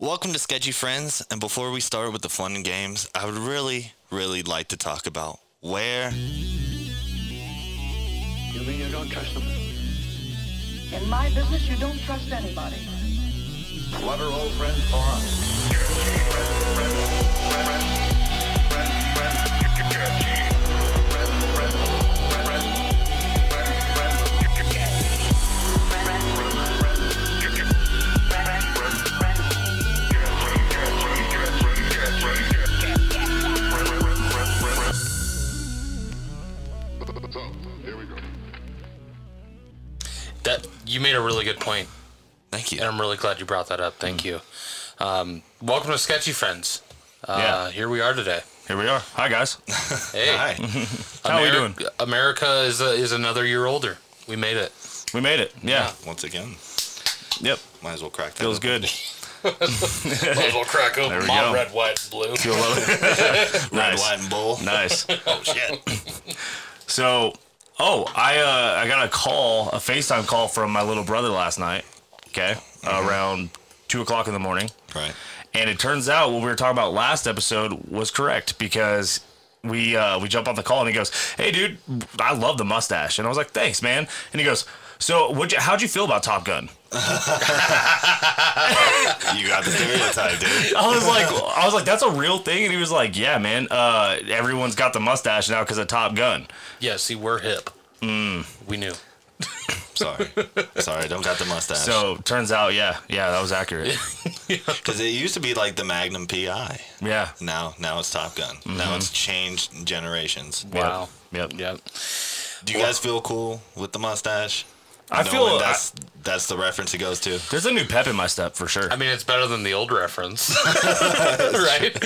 Welcome to Sketchy Friends, and before we start with the fun and games, I would really, really like to talk about where. You mean you don't trust them? In my business, you don't trust anybody. What are old friends for? So, here we go. That you made a really good point, Thank you. and I'm really glad you brought that up. Thank you. Um, welcome to Sketchy Friends. Uh, Yeah. Here we are today. Here we are. Hi guys. Hey, Hi. How we Ameri- doing? America is a, is another year older. We made it. We made it. Yeah. Once again, Yep. might as well crack that. Feels open. good. Little crack open we my go. red, white, and blue. Feel nice. Red, white, and bull. Nice. Oh, shit. So, oh, I uh, I got a call, a FaceTime call from my little brother last night. Okay, around two o'clock in the morning, right. and it turns out what we were talking about last episode was correct because we uh, we jump on the call and he goes, "Hey, dude, I love the mustache," and I was like, "Thanks, man," and he goes. So, what? You, how'd you feel about Top Gun? You got the stereotype, dude. I was like, I was like, that's a real thing, and he was like, yeah, man. Uh, everyone's got the mustache now because of Top Gun. Yeah, see, we're hip. Mm. We knew. Sorry. Sorry, don't got the mustache. So, turns out, yeah, yeah, that was accurate. Because it used to be like the Magnum PI. yeah. Now, now it's Top Gun. Mm-hmm. Now it's changed generations. Wow. Yep. Yep. Do you guys feel cool with the mustache? I Knowing feel that's that's the reference it goes to. There's a new pep in my step for sure. I mean, it's better than the old reference, right?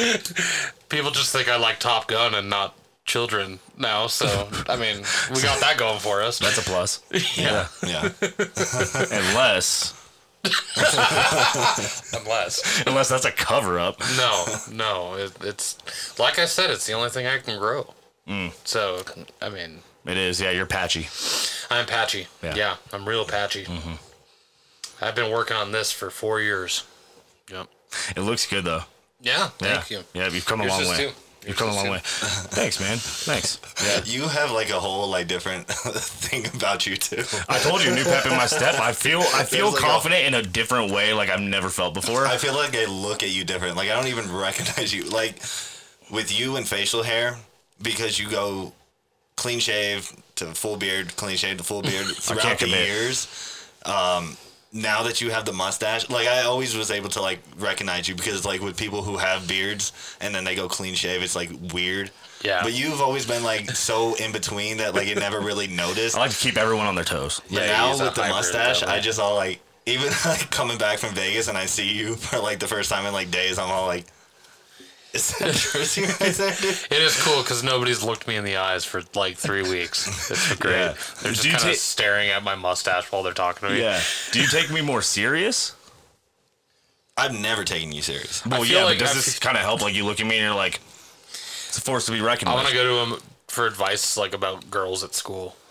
People just think I like Top Gun and not children now. So, I mean, we got that going for us. That's a plus. yeah. Yeah. unless Unless. unless that's a cover up. No, no. It, it's, like I said, it's the only thing I can grow. Mm. So, I mean, It is. Yeah, you're patchy. I'm patchy. Yeah. Mm-hmm. Yeah. I'm real patchy. I've been working on this for four years. Yep. It looks good though. Yeah, Yeah. thank you. Yeah, you've come a Yours long is way. too. Yours You've come a is long too. way. Thanks, man. Thanks. You have like a whole like different thing about you too. I told you, new pep in my step. I feel I feel There's like a- confident in a different way, like I've never felt before. I feel like I look at you different. Like I don't even recognize you. Like with you and facial hair, because you go clean shave to full beard, clean shave to full beard throughout can't the commit. years. Um, now that you have the mustache, like I always was able to like recognize you because like with people who have beards and then they go clean shave, it's like weird. Yeah. But you've always been like so in between that like it never really noticed. I like to keep everyone on their toes. But Yeah, now he's a with the hybrid mustache, that I way. just all like even like coming back from Vegas and I see you for like the first time in like days, I'm all like, is that Jersey right there? dude?" It is cool because nobody's looked me in the eyes for like three weeks. It's great. Yeah. They're just Do you kind of ta- staring at my mustache while they're talking to me. Yeah. Do you take me more serious? I've never taken you serious. Well, feel yeah, like but I does this kind of help? Like, you look at me and you're like, it's a force to be reckoned I with. want to go to him for advice like about girls at school.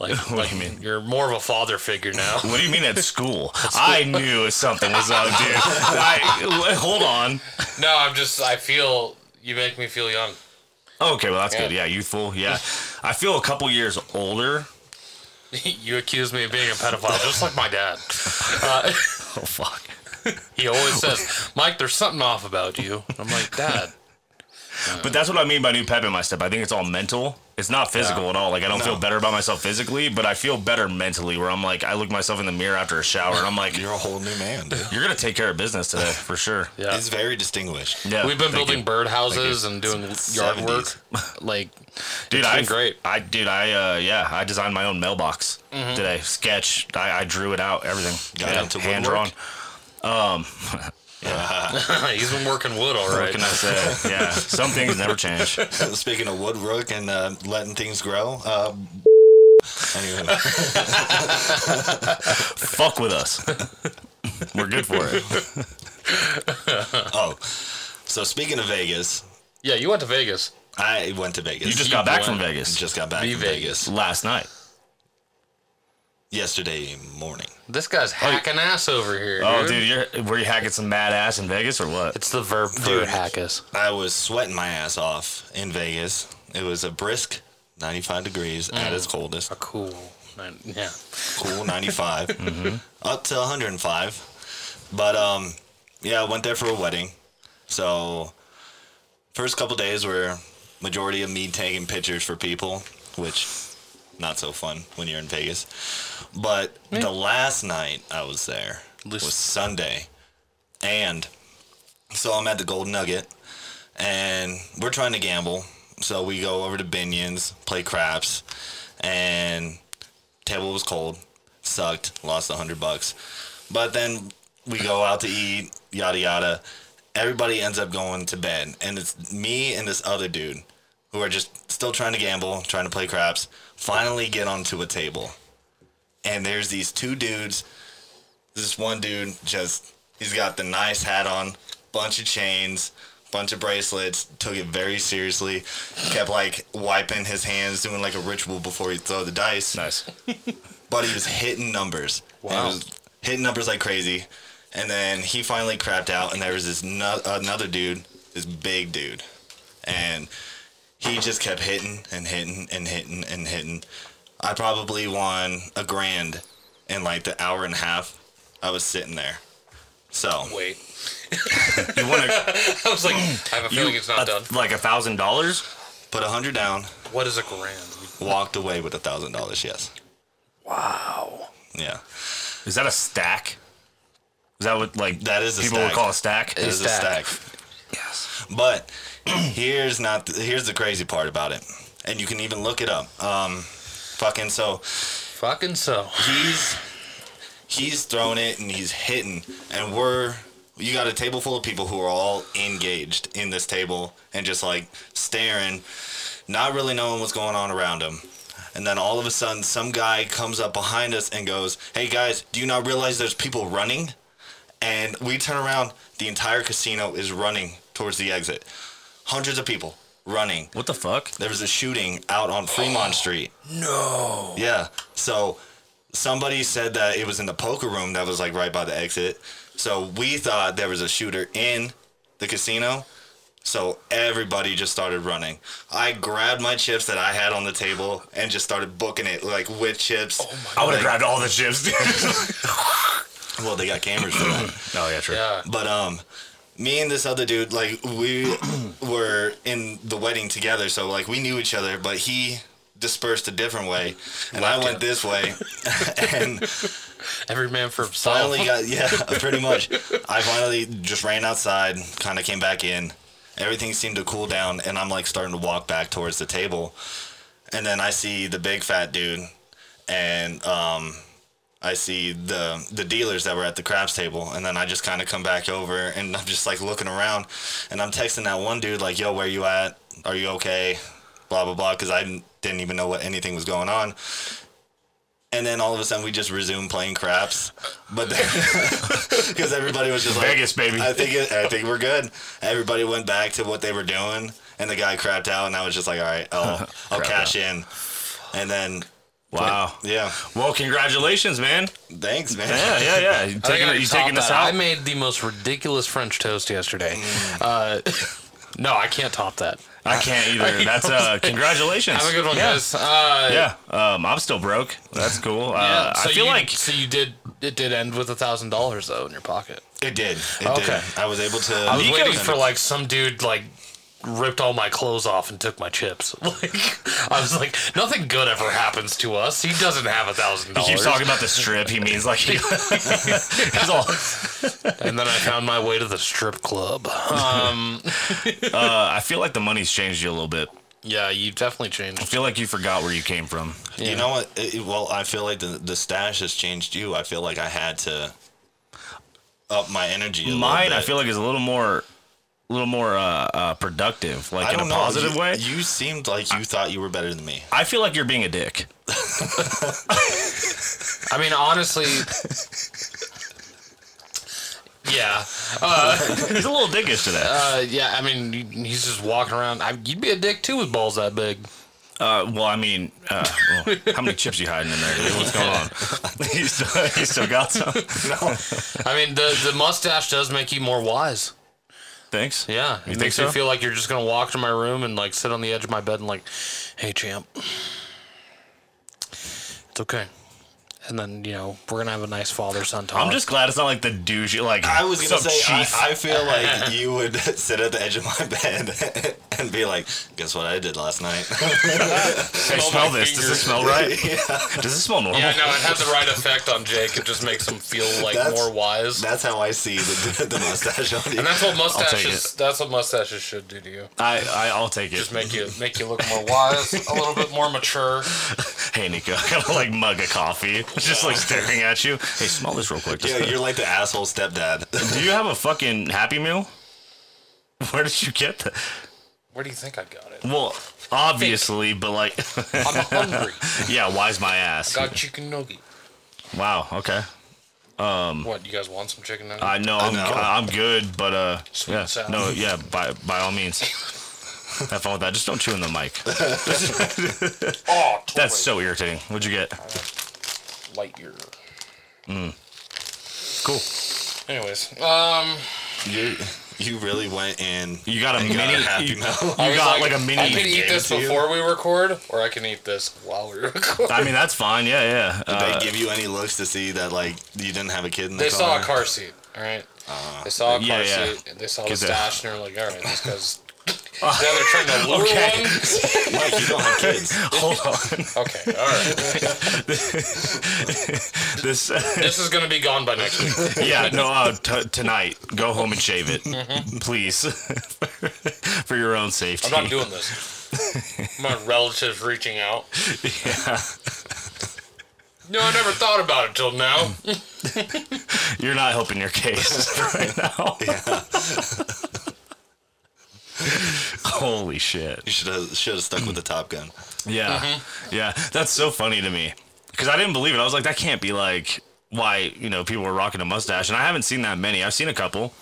Like, what do you mean? You're more of a father figure now. What do you mean at school? I knew something was up, dude. I, hold on. no, I'm just. I feel you make me feel young. Okay, well that's good. Yeah. Yeah, youthful. Yeah, I feel a couple years older. you accuse me of being a pedophile, just like my dad. Uh, Oh fuck. He always says, Mike, there's something off about you. I'm like, Dad. But that's what I mean by new pep in my step. I think it's all mental. It's not physical at all. Like I don't feel better about myself physically, but I feel better mentally. Where I'm like, I look myself in the mirror after a shower, and I'm like, You're a whole new man. dude. you're gonna take care of business today for sure. Yeah. It's very distinguished. Yeah, We've been thank building you. birdhouses and doing yard work. Like, Dude, it's I been great. I dude, I uh, yeah, I designed my own mailbox today. Sketch. I, I drew it out. Everything. Got yeah, into hand drawn. woodwork? He's been working wood all What right. can I say? yeah, some things never change. Speaking of woodwork and uh, letting things grow. Uh, anyway, Fuck with us. We're good for it. oh, so speaking of Vegas, Yeah, you went to Vegas. I went to Vegas. You just got back from Vegas just got back Be from Vegas. Vegas. last night. yesterday morning. This guy's hacking ass over here. Oh, dude, you're were you hacking some mad ass in Vegas or what? It's the verb for Dude. hackus. I was sweating my ass off in Vegas. It was a brisk 95 degrees at its coldest, Cool. Man, Yeah. cool 95, up to 105. But um, yeah, I went there for a wedding. So first couple days were majority of me taking pictures for people, which not so fun when you're in Vegas. But the last night I was there Listen. was Sunday, and so I'm at the Gold Nugget, and we're trying to gamble. So we go over to Binion's, play craps, and table was cold, sucked, lost a hundred bucks. But then we go out to eat, yada yada. Everybody ends up going to bed, and it's me and this other dude who are just still trying to gamble, trying to play craps. Finally, get onto a table, and there's these two dudes. This one dude just he's got the nice hat on, bunch of chains. Bunch of bracelets, took it very seriously, kept like wiping his hands, doing like a ritual before he throw the dice Nice. but he was hitting numbers. And he Wow. was hitting numbers like crazy. And then he finally crapped out, and there was this no- another dude, this big dude, and he just kept hitting and hitting and hitting and hitting. I probably won a grand in like the hour and a half I was sitting there. So Wait. You want to I was like, I have a feeling it's not done. like a thousand dollars? put a hundred down, What is a grand? walked away with a thousand dollars. Yes. Wow. Yeah. Is that a stack? Is that what like That is a people would stack. call a stack? It is a stack. stack. But here's not the, here's the crazy part about it, and you can even look it up. Um, fucking so Fucking so. he's he's throwing it and he's hitting, and we're you got a table full of people who are all engaged in this table and just like staring, not really knowing what's going on around them. And then all of a sudden, some guy comes up behind us and goes, "Hey guys, do you not realize there's people running?" And we turn around, the entire casino is running towards the exit. Hundreds of people running What the fuck? there was a shooting out on Fremont Street. No. Yeah. So somebody said that it was in the poker room that was like right by the exit. So we thought there was a shooter in the casino. So everybody just started running. I grabbed my chips that I had on the table and just started booking it like with chips. I would have grabbed all the chips. dude. Well, they got cameras for that. oh yeah, true. Yeah. But um, me and this other dude, like we were in the wedding together, so like we knew each other. But he dispersed a different way, and I went this way, and Every man for himself. finally got yeah, pretty much. I finally just ran outside, kind of came back in. Everything seemed to cool down, and I'm like starting to walk back towards the table, and then I see the big fat dude, and um, I see the the dealers that were at the craps table, and then I just kind of come back over, and I'm just like looking around, and I'm texting that one dude like, "Yo, where you at? Are you okay?" Blah blah blah, because I didn't- didn't even know what anything was going on. And then all of a sudden, we just resumed playing craps, but because everybody was just like Vegas, baby. I think it, I think we're good. Everybody went back to what they were doing, and the guy crapped out, and I was just like, "All right, I'll, I'll Crapped cash in," and then Wow. yeah, Well, congratulations, man. thanks, man. Yeah, yeah, yeah. You I think taking, I you can top taking us that. out? I made the most ridiculous French toast yesterday. Uh, no, I can't top that. I can't either. That's uh, congratulations. Have a good one, yeah. guys. Uh, Yeah, um, I'm still broke. That's cool. yeah, Uh, so I feel you, like so you did. It did end with a thousand dollars though in your pocket. It did. It Okay. did. I was able to. I was waiting for like some dude like ripped all my clothes off and took my chips. Like I was like, nothing good ever happens to us. He doesn't have a thousand he dollars. keeps talking about the strip. He means like he's all. And then I found my way to the strip club. Um, Uh, I feel like the money's changed you a little bit. yeah, you definitely I changed. feel like you forgot where you came from. You know what? It- it- well, I feel like the, the stash has changed you. I feel like I had to up my energy. A Mine, little I bit. feel like, is a little more, a little more uh, uh, productive, like I in a don't know. positive you, way. You seemed like you thought you were better than me. I feel like you're being a dick. I mean, honestly. Yeah, He's a little dickish today. uh, yeah. I mean, he- he's just walking around. I, you'd be a dick too with balls that big. Uh, well, I mean, uh, well, how many chips you hiding in there? dude? What's going on? you, still, you still got some? No. I mean, the the mustache does make you more wise. Thanks. Yeah, You it think makes so? me feel like you're just gonna walk to my room and like sit on the edge of my bed and like, hey champ, it's okay. And then you know we're gonna have a nice father son talk. I'm just glad it's not like the douche. Like I was gonna some say, chief. I, I feel like you would sit at the edge of my bed and be like, "Guess what I did last night?" hey, smell smell my this. Does it fingers. smell right? Does it smell normal? yeah, no, it had the right effect on Jake. It just makes him feel like That's- more wise. That's how I see the, the mustache on you. and that's what take mustaches. That's what mustaches should do to you. I, I I'll take it. Just make you make you look more wise, a little bit more mature. hey Nico, I got a like mug of coffee, just like staring at you. Hey, smell this real quick. Yeah, you're like the asshole stepdad. Do you have a fucking Happy Meal? Where did you get that? Where do you think I got it? Well, obviously, but like, I'm hungry. yeah, why's my ass? Got chicken nugget. Wow. Okay. What you guys want some chicken nugget? I know I'm, know. I'm good, but uh, Sweet yeah, and sour. no, yeah, by by all means, have fun with that. Just don't chew in the mic. oh, totally. That's so irritating. What'd you get? light year. Mm. Cool. Anyways, um, you you really went in. You got a mini. a Happy you, Meal. I you was got like, a mini. I can eat game this to you. before we record, or I can eat this while we record. I mean, that's fine. Yeah, yeah. They Uh, give you any looks to see that like you didn't have a kid in the They car? saw a car seat. All right. they saw a car Uh, yeah, yeah. seat. and They saw the Get that. stash, and they're like, "All right, this guy's." now they're trying to lure Okay. one. Mike, you don't have kids. hold on. Okay, all right. this. this is gonna be gone by next week. yeah. No. Uh, t- tonight, go home and shave it, please, for your own safety. Mm-hmm. I'm not doing this. My relatives reaching out. Yeah. No, I never thought about it till now. You're not helping your case right now. Holy shit. You should have should have stuck with the Top Gun. Yeah. Yeah. That's so funny to me. Because I didn't believe it. I was like, that can't be like why, you know, people were rocking a mustache. And I haven't seen that many. I've seen a couple.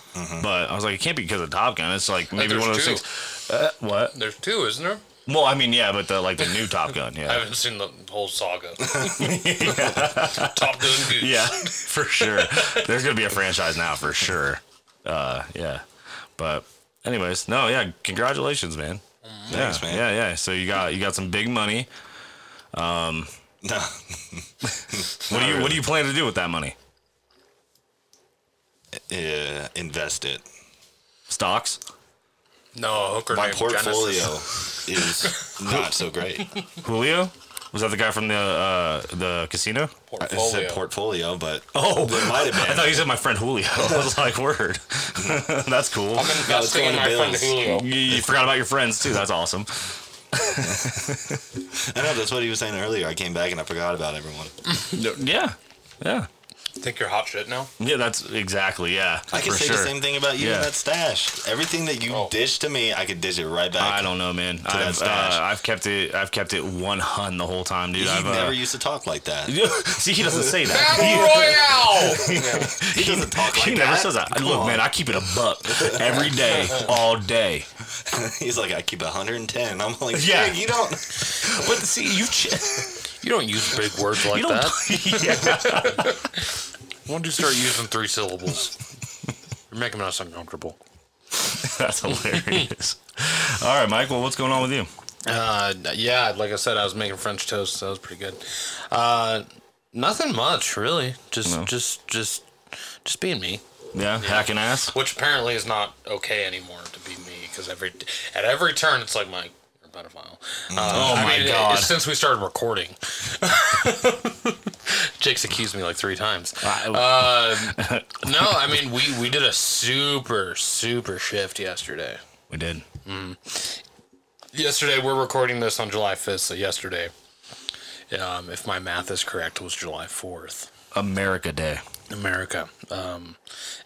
But I was like, it can't be because of Top Gun. It's like maybe there's one of those two. things. Uh, what? There's two, isn't there? Well, I mean, yeah, but the like the new Top Gun, I yeah, haven't seen the whole saga. Top Gun Goose. yeah, for sure. There's gonna be a franchise now for sure. Uh, yeah, but anyways, no, yeah, congratulations, man. Yeah, Thanks, man. Yeah, yeah. So you got you got some big money. No, What do you What do you plan to do with that money? yeah, invest it. Stocks? No, a hooker My named portfolio is Genesis. not so great. Julio? Was that the guy from the uh, the casino? I said Portfolio. portfolio, but Oh, it might I have thought been. you said my friend Julio. I was like, word. That's cool. I'm investing going in to my friend Bills. Julio. You, you forgot about your friends too. That's awesome. I know that's what he was saying earlier. I came back and I forgot about everyone. Mm. Yeah, yeah, Think you're hot shit now? yeah. That's exactly yeah. I could for say the sure. same thing about you Yeah. and that stash. Everything that you Oh. dish to me, I could dish it right back. I don't know, man. I've, stash. uh, I've kept it. I've kept it one hun the whole time, dude. He I've, never uh, used to talk like that. See, he doesn't say that. Battle Royale! yeah. He doesn't talk like He that. never says that. Come Look, on. man, I keep it a buck every day, all day. He's like, I keep 110. I'm like, Yeah. yeah, you don't. But see, you ch- You don't use big words like you don't. that. yeah. When do you start using three syllables? You're making us uncomfortable. That's hilarious. All right, Michael, what's going on with you? Uh, yeah, like I said, I was making French toast. So that was pretty good. Uh, nothing much, really. Just, No. just, just, just being me. Yeah, hacking ass. Which apparently is not okay anymore to be me, because every at every turn it's like Mike, you're a pedophile. Uh, Oh I my mean, it- God. It's since we started recording, Jake's accused me like three times. Uh, no, I mean we we did a super super shift yesterday. we did. Yesterday we're recording this on July fifth, so yesterday, um, if my math is correct, was July fourth. America Day. America, um,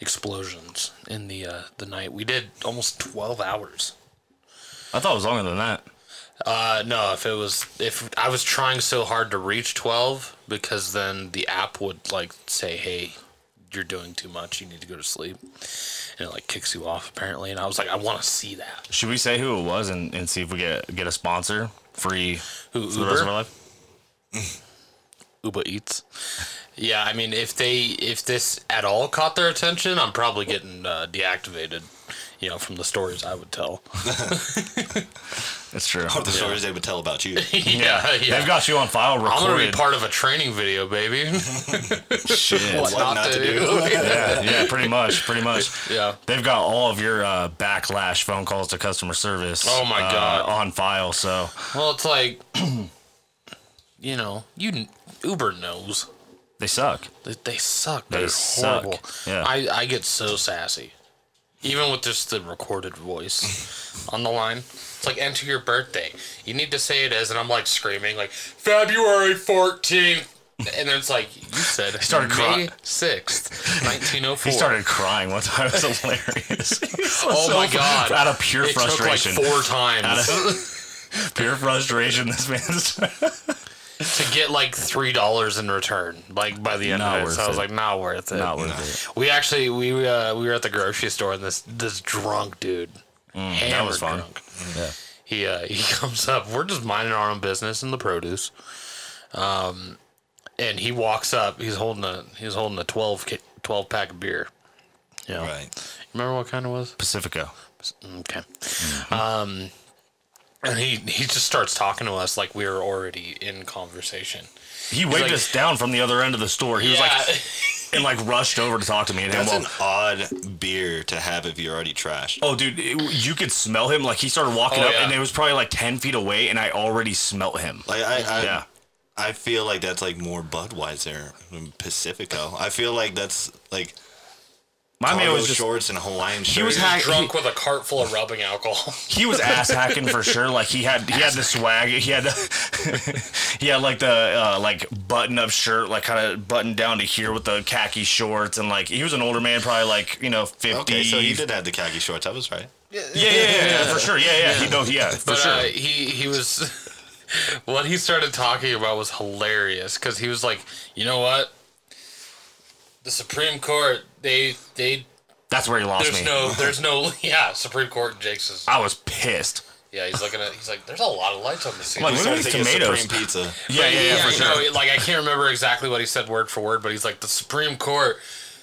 explosions in the uh, the night. We did almost twelve hours. I thought it was longer than that. Uh, no, if it was, if I was trying so hard to reach 12, because then the app would like say, hey, you're doing too much. You need to go to sleep. And it like kicks you off apparently. And I was like, I want to see that. Should we say who it was and, and see if we get get a sponsor? free Who, for the rest Uber? of my life. Uber Eats. Yeah, I mean, if they if this at all caught their attention, I'm probably getting uh, deactivated. You know, from the stories I would tell. That's true. Or the stories they would tell about you. yeah, yeah. Oh, They've got you on file I'm gonna be recorded. part of a training video, baby. Shit. what not, to, do? yeah, yeah, pretty much, pretty much. Yeah. They've got all of your uh, backlash phone calls to customer service. Oh my uh, God. on file. So well, it's like, you know, you kn- Uber knows they suck. that they suck. They They're suck. horrible. Yeah. I I get so sassy, even with just the recorded voice on the line. It's like enter your birthday. You need to say it as, and I'm like screaming like February 14th. And then it's like you said, started May cry- sixth, nineteen oh four. He started crying one time. It was hilarious. He was Oh so my fr- god! Out of pure It took, like, frustration. four times. pure frustration. This man's. to get like three dollars in return, like by the end Not of it. worth So I was it. like, not worth it. Not worth it. We actually we uh, we were at the grocery store and this this drunk dude, hammered Mm, that was fun. drunk. Yeah. He uh, he comes up. We're just minding our own business in the produce, um, and he walks up. He's holding a he's holding a 12, ki- 12 pack of beer. Yeah. Right. Remember what kind it was? Pacifico. Okay. Mm-hmm. Um, and he he just starts talking to us like we were already in conversation. He waved like- us down from the other end of the store. He was like, and like rushed over to talk to me. And him. That's Well, an odd beer to have if you're already trashed. oh, dude, it- you could smell him. Like he started walking Oh, up, yeah. and it was probably like ten feet away, and I already smelt him. Like I, I, Yeah. I feel like that's like more Budweiser than Pacifico. I feel like that's like My cargo man was just shorts and Hawaiian shirts. he was hack- he- drunk with a cart full of rubbing alcohol. he was ass hacking for sure. Like he had he had the swag. He had he had like the uh, like button up shirt, like kind of buttoned down to here with the khaki shorts, and like he was an older man, probably like you know fifty. okay, so he did have the khaki shorts. I was right. Yeah, yeah, yeah, yeah, for sure. Yeah, yeah, he no, yeah, for But sure. uh, he he was what he started talking about was hilarious because he was like, you know what, the Supreme Court they they That's where he lost there's me. no there's no yeah Supreme Court and Jake's is, I was pissed. yeah he's looking at he's like there's a lot of lights on the scene. Like, He Look at started these thinking tomatoes. Supreme pizza. Yeah, yeah, yeah, for you sure. know, it- like I can't remember exactly what he said word for word, but he's like the Supreme Court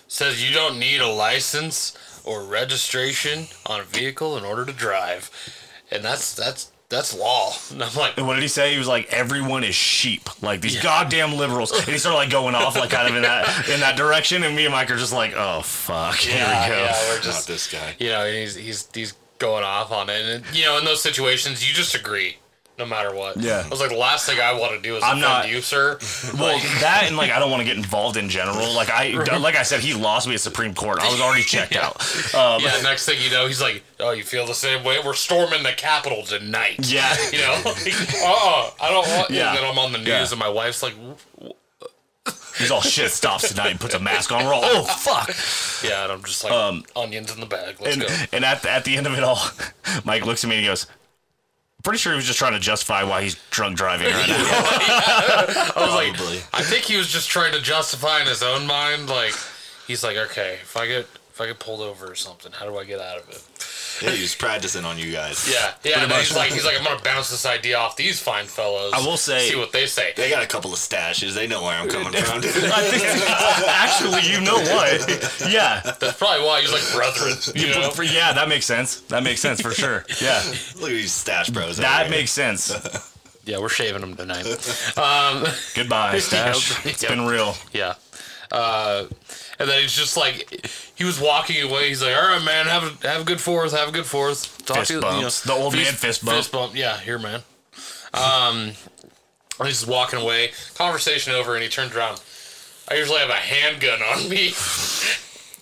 says you don't need a license or registration on a vehicle in order to drive, and that's that's that's law. And I'm like, And what did he say? He was like, "Everyone is sheep, like these goddamn liberals." And he started like going off, like kind of in that in that direction. And me and Mike are just like, "Oh fuck, here yeah, we go." yeah, we're Not just this guy. you know, and he's he's he's going off on it, and you know, in those situations, you just agree. No matter what, Yeah. I was like, the last thing I want to do is I'm offend not- you, sir. Well, that and like I don't want to get involved in general. Like I, like I said, he lost me at Supreme Court. I was already checked out. Um, yeah. Next thing you know, he's like, "Oh, you feel the same way? We're storming the Capitol tonight." yeah, You know, like, uh-uh, I don't want. Yeah. And then I'm on the news, Yeah. and my wife's like, he's all shit. Stops tonight and puts a mask on. We're all, oh fuck. "Yeah," and I'm just like, "Onions in the bag, let's Um, And go." and at the, at the end of it all, Mike looks at me and he goes, "Pretty sure he was just trying to justify why he's drunk driving right now." I was like, Probably. I think he was just trying to justify in his own mind, like, he's like, "Okay, if I get if I get pulled over or something, how do I get out of it?" Yeah, he was practicing on you guys. Yeah, yeah. And then he's like, he's like, I'm gonna bounce this idea off these fine fellows. I will say- see what they say. They got a couple of stashes. They know where I'm coming from. dude. I think actually, you know what? Yeah, That's probably why he's like brethren. You know, yeah, that makes sense. That makes sense for sure. Yeah, Look at these stash bros. out that here. makes sense. yeah, we're shaving them tonight. Goodbye, Stash. It's been real. Yeah. Uh, and then he's just like, he was walking away. He's like, "All right, man, have a, have a good fourth, have a good fourth. Talk Fist to you, bumps. The old man fist bump. Fist bump. Yeah, here, man. Um, and he's just walking away. Conversation over, and he turns around. I usually have a handgun on me.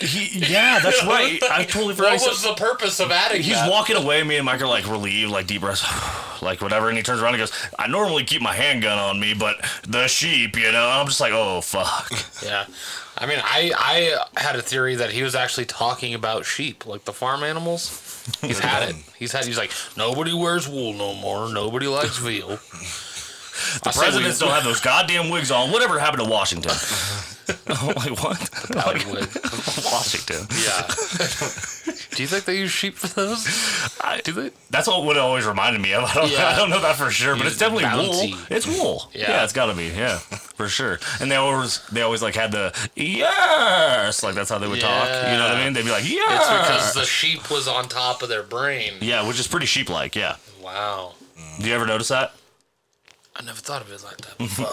He, yeah, that's right. I totally forgot. he What said- was the purpose of adding He's that? walking away. Me and Mike are like relieved, like deep breaths, like whatever. And he turns around and goes, "I normally keep my handgun on me, but the sheep, you know." I'm just like, "Oh fuck." Yeah, I mean, I I had a theory that he was actually talking about sheep, like the farm animals. He's had it. He's had. He's like, nobody wears wool no more. Nobody likes veal. the Presidents don't have those goddamn wigs on. Whatever happened to Washington? I'm like what? have. Washington. yeah. Do you think they use sheep for those? I- Do they? That's all what it always reminded me of. I don't, Yeah. I don't know that for sure, but Yeah, it's definitely bounty. wool. It's wool. Yeah. Yeah. it's got to be. Yeah, for sure. And they always they always like had the yes, like that's how they would talk. You know Yeah. what I mean? They'd be like yes. It's because the sheep was on top of their brain. yeah, which is pretty sheep like. Yeah. Wow. Do you ever notice that? I never thought of it like that before.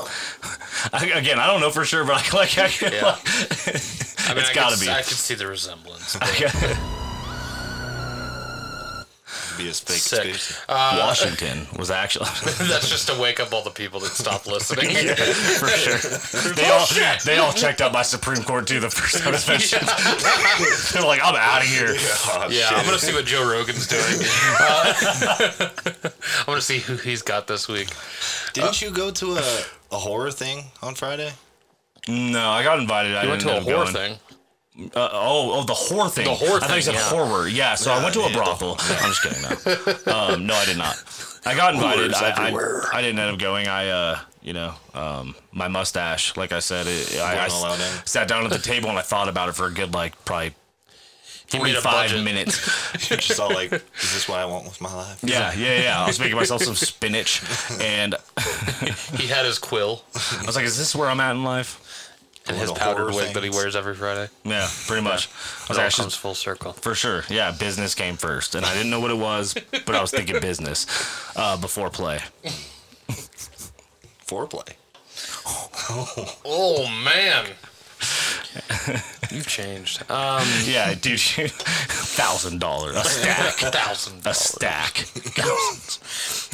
I, again, I don't know for sure, but I like. I, can Yeah. like I mean, It's I gotta could, be. I could see the resemblance. Be as fake Sick. conspiracy. Uh, Washington was actually That's just to wake up all the people that stopped listening. for sure. They all they all checked out by Supreme Court too the first time it's mentioned. They're like, I'm out of here. Oh, Yeah, shit. I'm gonna see what Joe Rogan's doing. Uh, I'm gonna see who he's got this week. Didn't you go to a, a horror thing on Friday? No, I got invited. I I went to didn't a end up horror going. thing. Uh, oh, oh, the whore thing. The whore I thought thing, you said yeah. horror. Yeah, so I went to a yeah, brothel. I'm just kidding. No, um, no I did not. I got invited. Whores I, everywhere. I, I didn't end up going. I, uh, you know, um, my mustache, like I said, it, I, I Wasn't allowed in. s- sat down at the table and I thought about it for a good, like, probably He made a 45 budget. minutes. You're just all like, is this what I want with my life? Yeah, yeah, yeah. I was making myself some spinach. And He had his quill I was like, is this where I'm at in life? and Going his to powdered horror wig that he things. wears every Friday. Yeah, pretty much. I was It like, all I should comes full circle. For sure. Yeah, business came first. And I didn't know what it was, but I was thinking business uh, before play. Foreplay. Oh man, you've changed. Um, Yeah, dude, thousand dollars a stack, thousand a dollars, stack.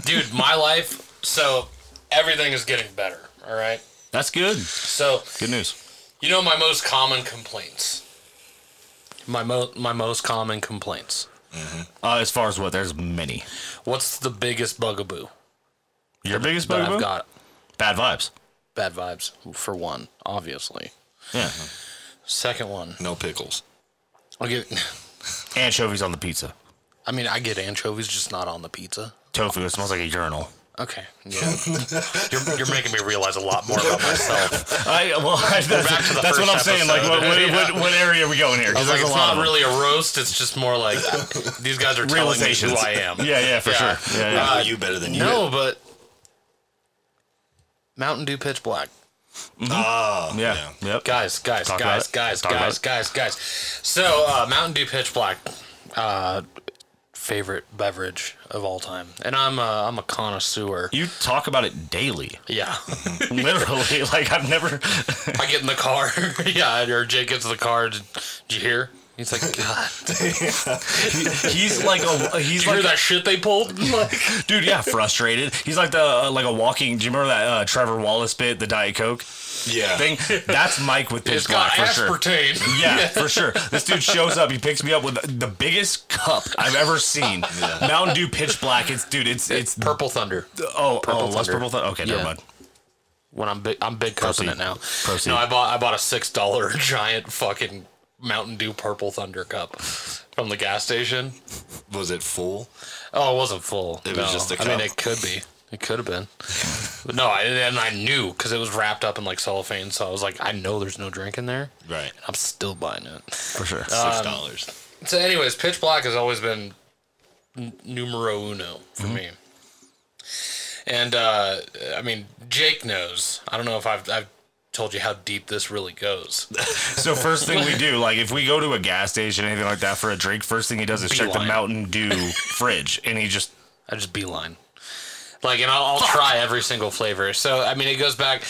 dude. My life. So everything is getting better. All right. That's good. So Good news. You know my most common complaints. My mo- my most common complaints. Uh, as far as what, there's many. What's the biggest bugaboo Your biggest that bugaboo? I've got? Bad vibes. Bad vibes for one, obviously. Yeah. Second one, No pickles. I'll get. Anchovies on the pizza. I mean, I get anchovies, just not on the pizza. Tofu. It smells like a urinal. Okay, yeah. you're, you're making me realize a lot more about myself. I well, I, that's, back to the that's what I'm first saying. Like, what, episode. what, Yeah. what, what area are we going here? I 'Cause was like, there's it's a lot not of really a roast. It's just more like these guys are telling me who realizations. I am. Yeah, yeah, for Yeah. sure. Yeah, I yeah. know Oh, you better than you. Uh, No, but Mountain Dew Pitch Black. Ah, Uh, yeah. Yep. guys, guys, Talk about guys, it. guys, Talk about guys, it. guys, guys. So uh, Mountain Dew Pitch Black, uh, favorite beverage of all time, and I'm a, I'm a connoisseur. You talk about it daily. Yeah, Literally, like I've never. I get in the car. yeah, or Jake gets in the car. Did, did you hear? He's like, God, did He's like a. He's you hear like that shit they pulled? Like, dude. Yeah, frustrated. He's like the uh, like a walking. Do you remember that uh, Trevor Wallace bit, the Diet Coke Yeah. thing? That's Mike with pitch it's got black for sure. aspartame. Yeah, for sure. This dude shows up. He picks me up with the biggest cup I've ever seen. Mountain Dew pitch black. It's dude. It's it's Purple Thunder. oh oh less Thunder. purple. Th- okay, Yeah. never mind. When I'm big, I'm big cupping Proceed. it now. Proceed. No, I bought I bought a six dollar giant fucking Mountain Dew Purple Thunder cup from the gas station. Was it full? Oh, it wasn't full. It was no. just a I mean, cup. it could be. It could have been. But no, I, and I knew because it was wrapped up in like cellophane, so I was like, I know there's no drink in there. Right. I'm still buying it. For sure. Six dollars. So, anyways, Pitch Black has always been n- numero uno for Mm-hmm. me. And uh, I mean, Jake knows. I don't know if I've, I've told you how deep this really goes. So first thing we do, like if we go to a gas station, anything like that for a drink, first thing he does is check the Beeline. Mountain Dew fridge, and he just I just beeline. Like, and I'll, I'll try every single flavor. So, I mean, it goes back.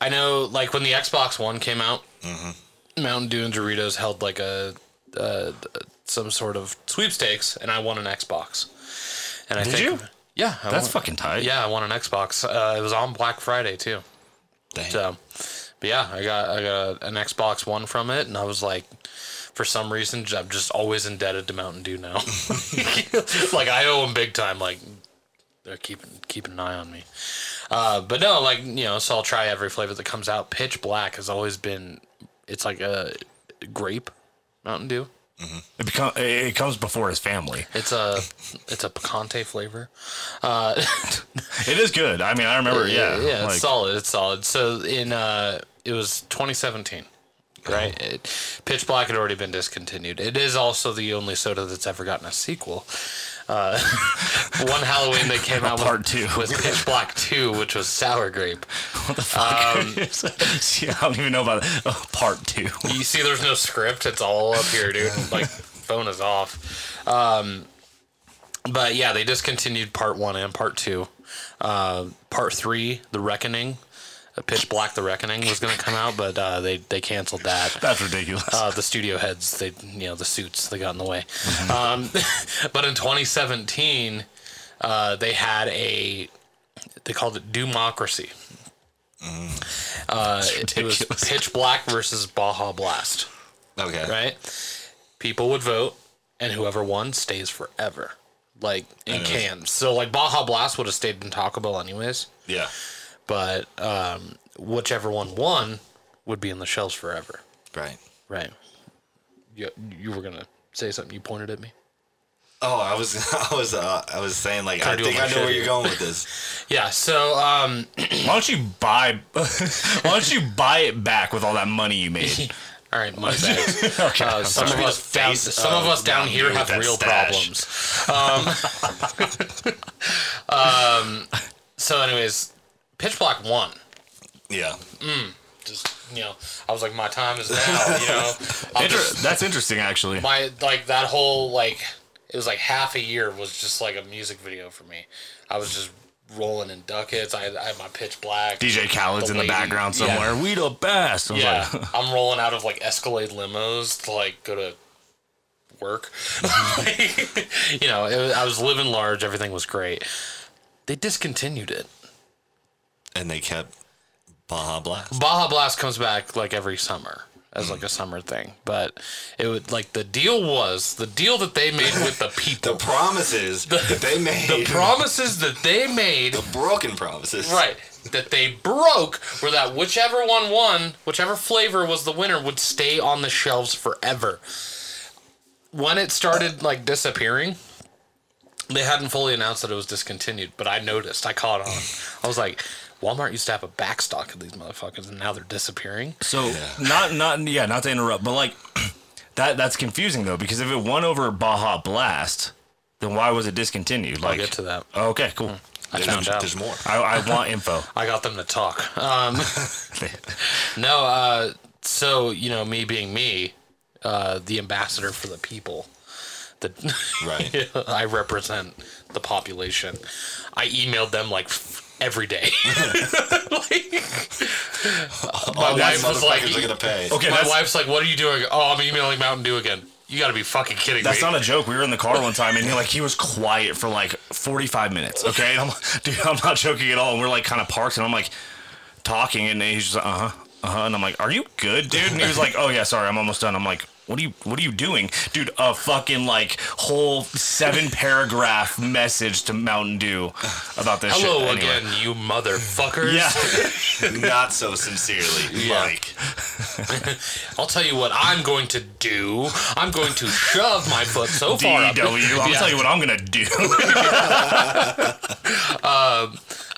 I know, like, when the Xbox One came out, Mm-hmm. Mountain Dew and Doritos held like a uh, some sort of sweepstakes, and I won an Xbox. And I Did think, you? Yeah, I that's won- fucking tight. Oh. Yeah, I won an Xbox. Uh, it was on Black Friday too. Damn. So, but yeah, I got I got an Xbox One from it, and I was like, for some reason, j- I'm just always indebted to Mountain Dew now. like I owe them big time. Like they're keeping keeping an eye on me. Uh, but no, like you know, so I'll try every flavor that comes out. Pitch Black has always been. It's like a grape Mountain Dew. It become it- it comes before his family. It's a it's a picante flavor. Uh, It is good. I mean, I remember. Yeah, yeah, it's like, solid. It's solid. So in uh, it was 2017. right? It, Pitch Black had already been discontinued. It is also the only soda that's ever gotten a sequel. Uh, one Halloween they came out Part with, two. was Pitch Black Two, which was sour grape. Um, See, I don't even know about it. Oh, part two. You see, there's no script. It's all up here, dude. Like, phone is off. Um, but yeah, they discontinued part one and part two. Uh, part three, The Reckoning, uh, Pitch Black, The Reckoning was going to come out, but uh, they they canceled that. That's ridiculous. Uh, the studio heads, they you know the suits, they got in the way. Um, but in 2017, uh, they had a they called it Democracy. Uh, it, it was ridiculous. Pitch Black versus Baja Blast Okay. right? People would vote, and whoever won stays forever, like in is- cans. So like Baja Blast would have stayed in Taco Bell anyways, Yeah. but um, whichever one won would be in the shelves forever, Right. right? You you were gonna say something. You pointed at me. Oh, I was, I was, uh, I was saying like, Kinda I doing think my I know where shit. you're going with this. Yeah. So um, Why don't you buy? Why don't you buy it back with all that money you made? all right, money bags. uh, some of sorry. us Be the down, uh, face some of of us down Mountain here Dew with have that real stash. problems. Um, um, so anyways, Pitch Black won. Yeah. just you know, I was like, my time is now. You know, I'm Inter- just, that's interesting, actually. my like that whole like it was like half a year was just like a music video for me. I was just rolling in ducats. I, I had my pitch black. DJ Khaled's The in the lady- background yeah. somewhere. We the best. I was Yeah, like, I'm rolling out of like Escalade limos to like go to work. you know, it, was- I was living large. Everything was great. They discontinued it. And they kept Baja Blast. Baja Blast comes back like every summer as like a summer thing, but it would like the deal was the deal that they made with the The people, the, promises that they made. promises that they made, the broken promises. right, that they broke, were that whichever one won, whichever flavor was the winner, would stay on the shelves forever. When it started like disappearing. They hadn't fully announced that it was discontinued, but I noticed. I caught on. I was like, Walmart used to have a backstock of these motherfuckers, and now they're disappearing. So not not yeah, not to interrupt, but like that that's confusing though because if it won over Baja Blast, then why was it discontinued? Like get to Hmm. that. Okay, cool. I There's, found out. there's more. I, I want info. I got them to talk. Um, no, uh, so you know, me being me, uh, the ambassador for the people, that Right. I represent the population. I emailed them like f- every day. Like, Oh, my All these wife was like, motherfuckers are gonna pay. Okay, my that's, wife's like, what are you doing? Oh, I'm emailing Mountain Dew again. You got to be fucking kidding that's me. not a joke. We were in the car one time and he like he was quiet for like 45 minutes. Okay, and I'm like, dude, I'm not joking at all. And we're like kind of parked and I'm like talking and he's just uh huh uh huh and I'm like, are you good, dude? And he was like, oh yeah, sorry, I'm almost done. I'm like. What are you What are you doing, dude? A fucking like whole seven paragraph message to Mountain Dew about this. Hello shit. Anyway. again, you motherfuckers. Yeah, Not so sincerely, Yeah. Mike. I'll tell you what I'm going to do. I'm going to shove my foot so far up. DW. E I'll Yeah. tell you what I'm gonna do.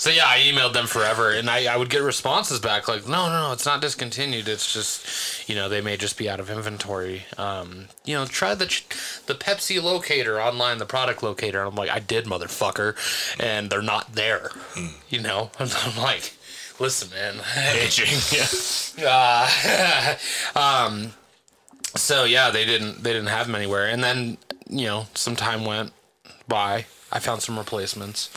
So yeah, I emailed them forever, and I, I would get responses back like, no, no, no, it's not discontinued. It's just, you know, they may just be out of inventory. Um, you know, try the ch- the Pepsi locator online, the product locator. And I'm like, I did, motherfucker, and they're not there. You know, I'm, like, listen, man. Yeah. Uh, um, so yeah, they didn't they didn't have them anywhere, and then you know, some time went by. I found some replacements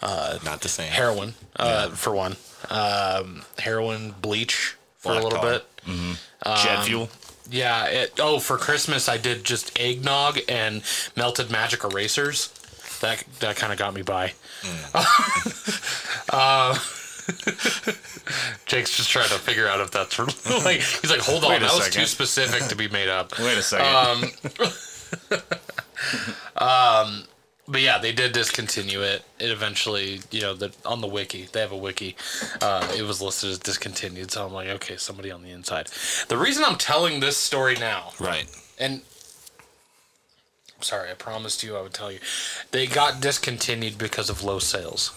Not the same. heroin uh, for one um, heroin bleach for a Black little tar. bit Jet fuel. yeah it, oh for christmas i did just eggnog and melted magic erasers that that kind of got me by uh, jake's just trying to figure out if that's like he's like hold on Wait a that was second. too specific to be made up Wait a second. But yeah, they did discontinue it. It eventually, you know, the, on the wiki, they have a wiki. Uh, it was listed as discontinued, so I'm like, okay, somebody on the inside. The reason I'm telling this story now, Right. and I'm sorry, I promised you I would tell you, they got discontinued because of low sales.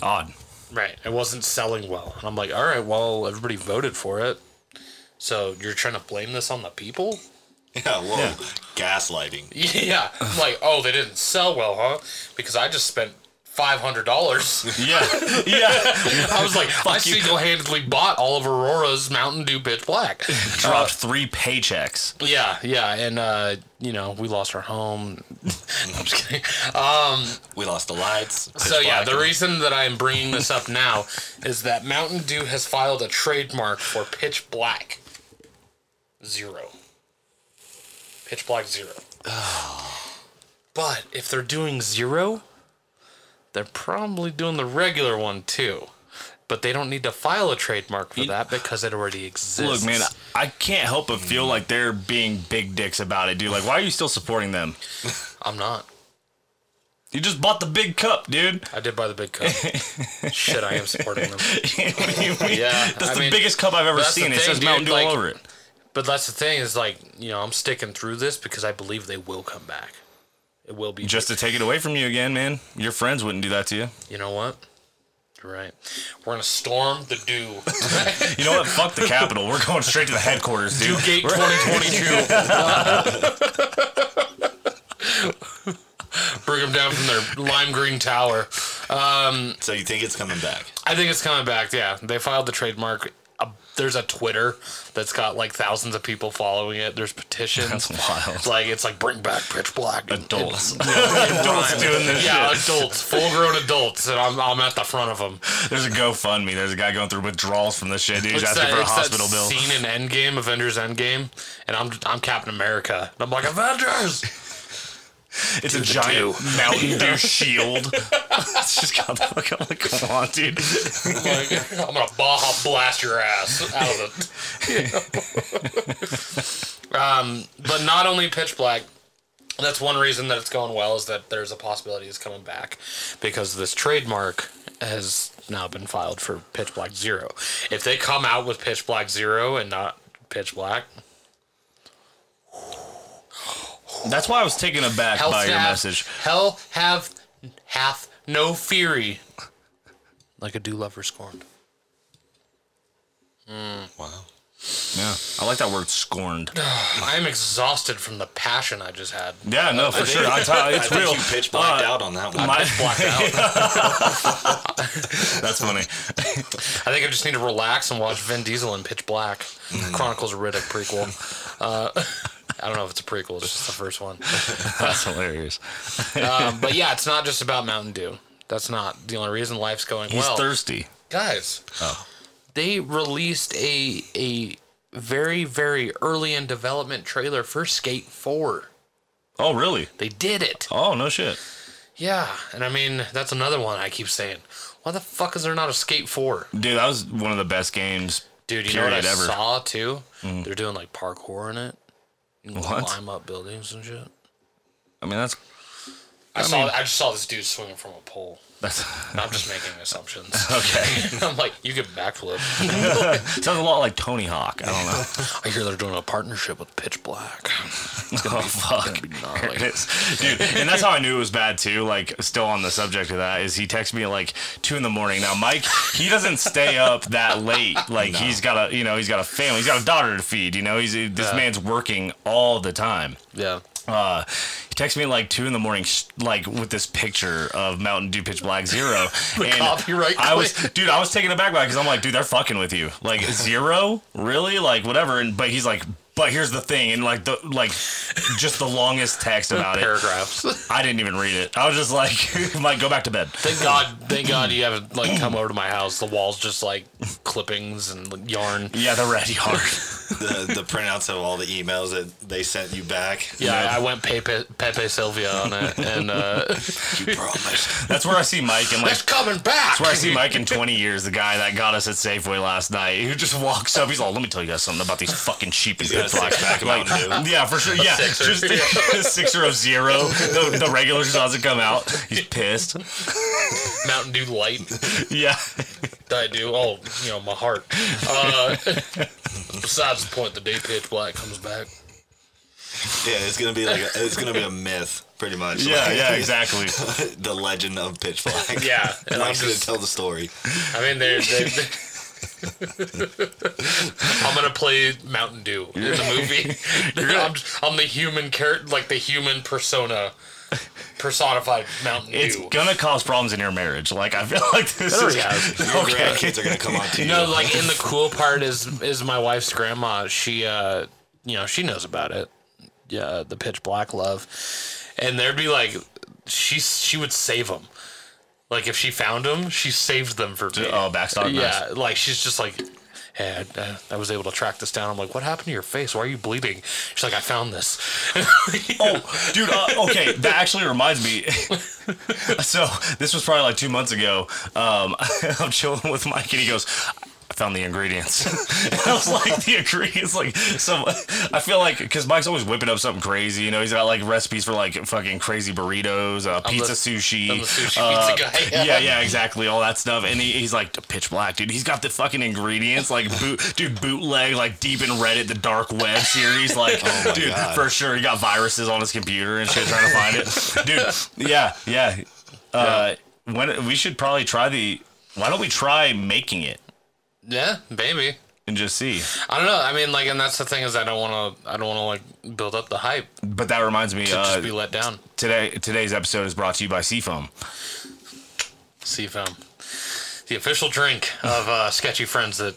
Odd. Right, it wasn't selling well, and I'm like, all right, well, everybody voted for it. So you're trying to blame this on the people? Yeah, whoa. Yeah. Gaslighting. Yeah. I'm like, oh, they didn't sell well, huh? Because I just spent five hundred dollars. Yeah, yeah. I was like, I you. single handedly bought all of Aurora's Mountain Dew Bitch Black. Dropped three paychecks. yeah, yeah, and uh, you know, we lost our home. I'm just kidding. We lost the lights. So yeah, the reason that I'm bringing this up now is that Mountain Dew has filed a trademark for Pitch Black Zero. Pitch Black Zero. But if they're doing zero, they're probably doing the regular one too. But they don't need to file a trademark for that because it already exists. Look, man, I can't help but feel like they're being big dicks about it, dude. Like, why are you still supporting them? I'm not. You just bought the big cup, dude. I did buy the big cup. Shit, I am supporting them. What do you mean? Yeah, that's I the mean, biggest cup I've ever that's the seen. it thing, says dude, Mountain Dew like- all over it. But that's the thing is like, you know, I'm sticking through this because I believe they will come back. It will be Just to take it away from you again, man. Your friends wouldn't do that to you. You know what? You're right. We're gonna storm the dew. You know what? Fuck the Capitol. We're going straight to the headquarters, dude. Gate 2022. Bring them down from their lime green tower. So you think it's coming back? I think it's coming back. Yeah, they filed the trademark. Uh, there's a Twitter that's got like thousands of people following it. There's petitions. That's wild. It's like it's like bring back pitch black. and- Adults. Adults doing this Yeah, shit. adults, full grown adults, and I'm, I'm at the front of them. There's a GoFundMe. There's a guy going through withdrawals from this shit. Dude. He's It's asking that- for a it's hospital that bill. Scene in Endgame, Avengers Endgame, and I'm I'm Captain America, and I'm like Avengers. It's a giant two. Mountain Dew shield. it's just got the fuck up. Like, come on, dude. Like, I'm gonna Baja blast your ass out of it. um, but not only Pitch Black. That's one reason that it's going well is that there's a possibility it's coming back because this trademark has now been filed for Pitch Black Zero. If they come out with Pitch Black Zero and not Pitch Black, That's why I was taken aback hell by your have- message. Hell have hath no fury, like a do lover scorned. Wow. Yeah, I like that word scorned. I am exhausted from the passion I just had. Yeah, no, for sure. I t- I it's think real. you pitch blacked Uh, out on that one. my- Blacked out. that's funny. I think I just need to relax and watch Vin Diesel in Pitch Black, Mm. Chronicles of Riddick prequel. Uh, I don't know if it's a prequel; it's just the first one. That's hilarious. Um, but yeah, it's not just about Mountain Dew. That's not the only reason life's going He's well. thirsty. Oh. guys they released a a very very early in development trailer for skate 4 Oh, really? they did it Oh, no shit. yeah and i mean that's another one i keep saying why the fuck is there not a skate 4 Dude, that was one of the best games. dude you know period what i ever. Mm-hmm. saw too they're doing like parkour in it you can What? climb up buildings and shit I mean, that's I, saw. I just saw this dude swinging from a pole. that's I'm just making assumptions. okay. I'm like, you could backflip. Sounds a lot like Tony Hawk. I don't know. I hear they're doing a partnership with Pitch Black. oh fuck. That'd be There gnarly. it is. Dude, and that's how I knew it was bad too. Like, still on the subject of that, is he texted me at like two in the morning. Now, Mike, he doesn't stay up that late. Like, he's got a, you know, he's got a family, he's got a daughter to feed. You know, he's this Yeah. man's working all the time. Yeah. Uh, he texted me at like two in the morning, sh- like with this picture of Mountain Dew Pitch Black Zero. and copyright I was, dude, I was taken aback by it because I'm like, dude, they're fucking with you. Like zero, really? Like whatever. And but he's like, but here's the thing, and like the like, just the longest text about it. Paragraphs. I didn't even read it. I was just like, like go back to bed. Thank God, thank God you haven't like come over to my house. The walls just like clippings and like, yarn. Yeah, the red yard. the, the printouts of all the emails that they sent you back. Yeah, uh, I, I went Pepe, Pepe Sylvia on it, and uh, You promised. That's where I see Mike and like. it's coming back. That's where I see Mike in 20 years, the guy that got us at Safeway last night, who just walks up. He's like, let me tell you guys something about these fucking sheep and got a pit blocks six-pack back. of Like, Mountain yeah, for sure. Yeah, sixer. just a sixer of zero. The, the regular just doesn't come out. He's pissed. Mountain Dew Light Yeah. that I do. Oh, you know my heart. Uh, besides the point, the day pitch black comes back. Yeah, it's gonna be like a, it's gonna be a myth, pretty much. Yeah, Like, yeah, exactly. the legend of Pitch Black. Yeah, and and I'm I'm just gonna just- tell the story. I mean, they're, they they I'm gonna play Mountain Dew in the movie. I'm, I'm the human character, like the human persona, personified Mountain It's Dew. gonna cause problems in your marriage. Like I feel like this It is already has. Your grandkids are gonna come on to you. No, like in the cool part is is my wife's grandma. She uh you know, she knows about it. Yeah, the pitch black love. And there'd be like she she would save them. Like if she found them, she saved them for me. oh backstock. yeah, Yeah, like she's just like Hey, I, I- I was able to track this down. I'm like, what happened to your face? Why are you bleeding? She's like, I found this. Oh, dude. Uh, okay, that actually reminds me. so this was probably like two months ago. Um, I'm chilling with Mike, and he goes. I found the ingredients. And I was like, the ingredients, like, some. I feel like, because Mike's always whipping up something crazy. You know, he's got like recipes for like fucking crazy burritos, uh, pizza, sushi, I'm the sushi uh, pizza guy. yeah, yeah, exactly. All that stuff. And he, he's like pitch black, dude. He's got the fucking ingredients, like boot, dude, bootleg, like deep in Reddit, the dark web series, like, my dude, God. for sure. He got viruses on his computer and shit, trying to find it, dude. Yeah, yeah. Uh, when we should probably try the. Why don't we try making it Yeah, maybe. and just see? I don't know. I mean, like, and that's the thing is, I don't want to. I don't want to like build up the hype to But that reminds me, just be uh, let down. today today's episode is brought to you by Seafoam. Seafoam. um, The official drink of uh, sketchy friends that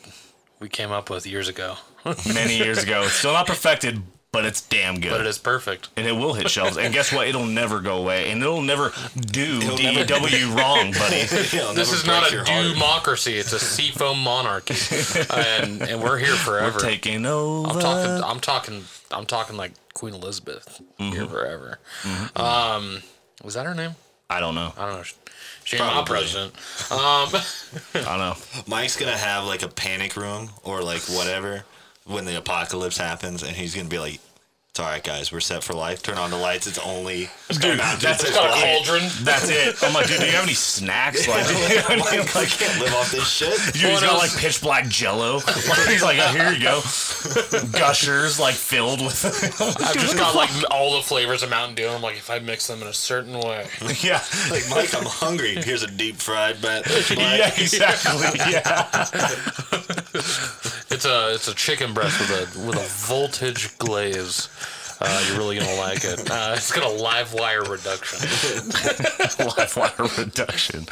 we came up with years ago. but Many years ago, it's still not perfected, but it's damn good. it is perfect. and it will hit shelves. and guess what? It'll never go away, and it'll never do It'll D E never- W wrong, buddy. It'll This never is not break a your heart. democracy. It's a seafoam monarchy, and and we're here forever. We're taking over. I'm talking. I'm talking. I'm talking like Queen Elizabeth here forever. Um, was that her name? I don't know. I don't know. She ain't my Probably. president. Um, I don't know. Mike's gonna have like a panic room or like whatever when the apocalypse happens, and he's gonna be like, "It's all right, guys, we're set for life. Turn on the lights. It's only dude. that's- got a cauldron. That's it. I'm like, dude, do you have any snacks? Like, do you have any, I like, can't live off this shit." dude, he's What got else? like pitch black Jello. he's like, oh, here you go, gushers like filled with. I've just got like all the flavors of Mountain Dew. and I'm like, if I mix them in a certain way, yeah, Like Mike, I'm hungry. Here's a deep fried bat. Like, yeah, exactly. Yeah, it's a it's a chicken breast with a with a voltage glaze. Uh, you're really gonna like it. Uh, it's got a live wire reduction. life wire reduction.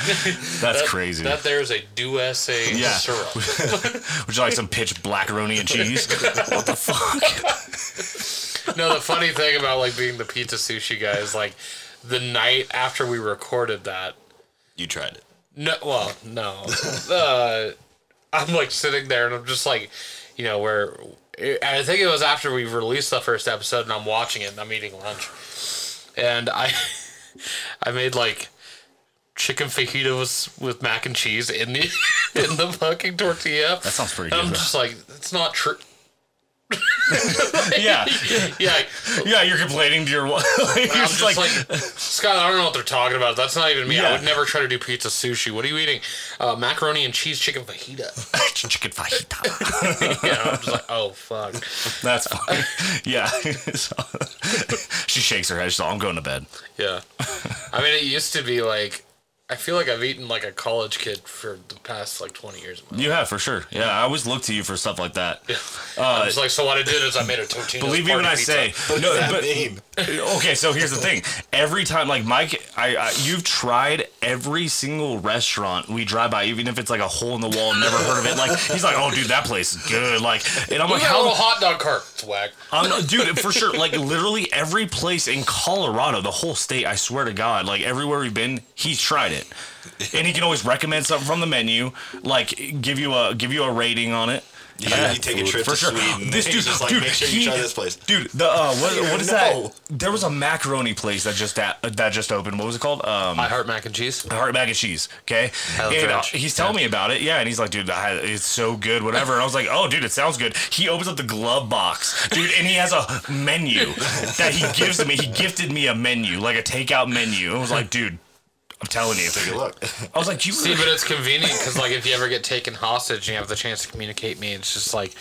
That's crazy. That there is a USA Yeah. syrup. Would you like some pitch blackaroni and cheese? what the fuck? No, the funny thing about like being the pizza sushi guy is like the night after we recorded that. you tried it. No, well, no. Uh, I'm like sitting there and I'm just like, you know, where I think it was after we released the first episode and I'm watching it and I'm eating lunch, and I, I made like chicken fajitas with mac and cheese in the in the fucking tortilla. That sounds pretty I'm good, just like, it's not true. Yeah, Yeah, yeah. You're complaining to your wife. you're I'm just just like, like, Scott, I don't know what they're talking about. That's not even me. I Yeah. would never try to do pizza sushi. What are you eating? Uh, macaroni and cheese chicken fajita. "Ah, chicken fajita. Yeah, I'm just like, oh fuck. That's funny. Yeah. So- she shakes her head. She's like, I'm going to bed. Yeah, I mean, it used to be like, I feel like I've eaten like a college kid for the past like 20 years. Of my life. You have for sure. Yeah, I always look to you for stuff like that. I was like, so what I did is I made a tortilla. Uh, Believe me when I say. What No, does that but- mean? okay, so here's the thing. Every time, like Mike, I, I you've tried every single restaurant we drive by, even if it's like a hole in the wall, never heard of it. Like he's like, oh, dude, that place is good. Like, and I'm We like, got a how little hot dog cart. It's whack. I'm not, dude, for sure. Like literally every place in Colorado, the whole state. I swear to God, like everywhere we've been, he's tried it, and he can always recommend something from the menu, like give you a give you a rating on it. Yeah, you take a trip for to sure. Sweden. This He's dude, just like, dude, make sure you he- try this place. Dude, the uh, what, what is No. that? There was a macaroni place that just that, that just opened. What was it called? Um, I heart mac and cheese. the heart mac and cheese. Okay, love and uh, French. he's telling me about it. Yeah, and he's like, dude, I, it's so good, whatever. And I was like, oh, dude, it sounds good. He opens up the glove box, dude, and he has a menu that he gives to me. He gifted me a menu, like a takeout menu. I was like, dude. I'm telling you. Take a look. I was like, you See, but it's convenient because, like, if you ever get taken hostage, you have the chance to communicate me. It's just like,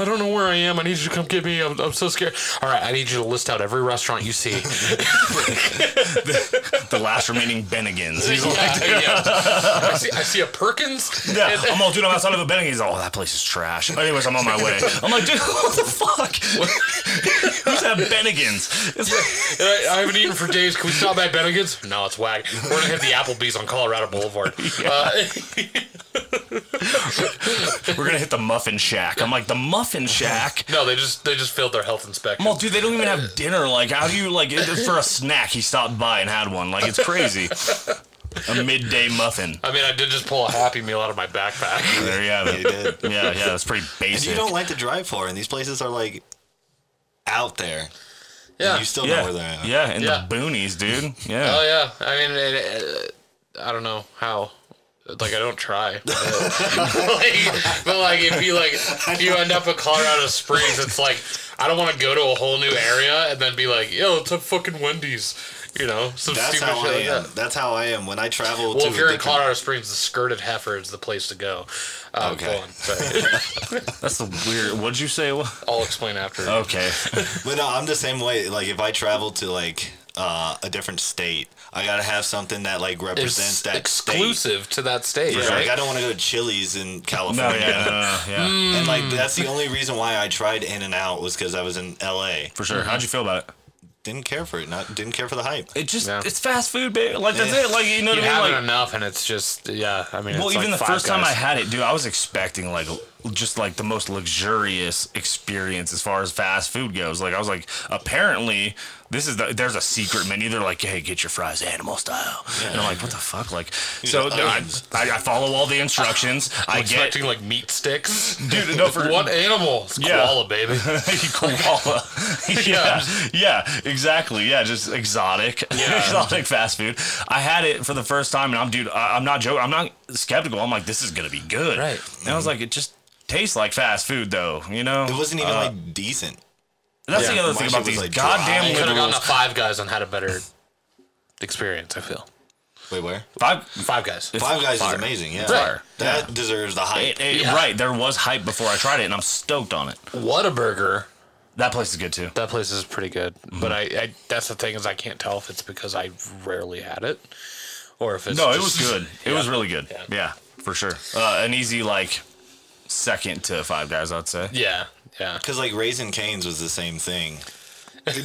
I don't know where I am. I need you to come get me. I'm, I'm so scared. All right, I need you to list out every restaurant you see. the last remaining Bennigan's. He's like, Yeah, yeah. I see, I see a Perkins. yeah. I'm all, dude, I'm outside of a Bennigan's. He's like, oh, that place is trash. Anyways, I'm on my way. I'm like, dude, what the fuck? Who's that Bennigan's? It's like, And I, I haven't eaten for days. Can we stop at Bennigan's? No, it's whack. We're gonna hit the Applebee's on Colorado Boulevard. Uh, we're gonna hit the Muffin Shack. I'm like, the Muffin Shack. no, they just they just failed their health inspection. I'm all, dude, they don't even have dinner. Like, how do you like it, for a snack? He stopped by and had one. Like, it's crazy. A midday muffin. I mean, I did just pull a Happy Meal out of my backpack. There you have You it. did. Yeah, yeah, that's pretty And basic. you don't like to drive far, and these places are like out there. Yeah. You still know yeah, where they're at. yeah, in Yeah. the boonies, dude. Yeah. Oh yeah. I mean, it, uh, I don't know how. Like I don't try, but, like, but like if you like if you end up at Colorado Springs, it's like I don't want to go to a whole new area and then be like, yo, let's have fucking Wendy's, you know, some That's stupid how shit I like am. that. That's how I am. When I travel to Well, if a you're in different- Colorado Springs, the skirted heifer is the place to go. Uh, Okay. go on, sorry. That's the weird. What'd you say? it was? I'll explain after. Oh, Okay. But no, I'm the same way. Like if I travel to like uh, a different state, I gotta have something that like It's represents that State. exclusive to that state, Yeah, right? like I don't want to go to Chili's in No, California. yeah, no, no, no, yeah. And like that's the only reason why I tried In and Out was because I was in L.A. For sure. How'd you feel about it? Didn't care for it. Not didn't care for the hype. It just, Yeah. it's fast food, baby. Like, that's Yeah. it. Like, you know what You I mean? have Like, it enough, and it's just yeah. I mean, well, it's even like the Five first time Guys. I had it, dude, I was expecting, like, l- just like the most luxurious experience as far as fast food goes. Like, I was like, apparently, this is the, there's a secret menu. They're like, hey, get your fries animal style. And I'm like, what the fuck? Like, so no, I, I, I follow all the instructions. I get, expecting like meat sticks. dude, no, for What animal? It's Yeah. koala, baby. koala. yeah, yeah, exactly. Yeah, just exotic, exotic fast food. I had it for the first time, and I'm dude. I, I'm not joking. I'm not skeptical. I'm like, this is gonna be good. Right. Mm-hmm. And I was like, it just tastes like fast food, though. You know, It wasn't even Uh, like decent. That's yeah, the other my thing shit about was, these like, dry. goddamn Could have gotten liberals. to Five Guys and had a better experience. I feel Wait, where? Five, Five Guys. Five Guys fire. is amazing. Yeah, fire. that deserves the hype. it, it- Yeah. Right, there was hype before I tried it, and I'm stoked on it. What a burger. That place is good too. That place is pretty good, Mm-hmm. but I, I that's the thing is I can't tell if it's because I rarely had it, or if it's No, it was just- good. It was really good. Yeah. Yeah, for sure. Uh, an easy like second to Five Guys, I'd say. Yeah, yeah. Because like Raisin Canes was the same thing.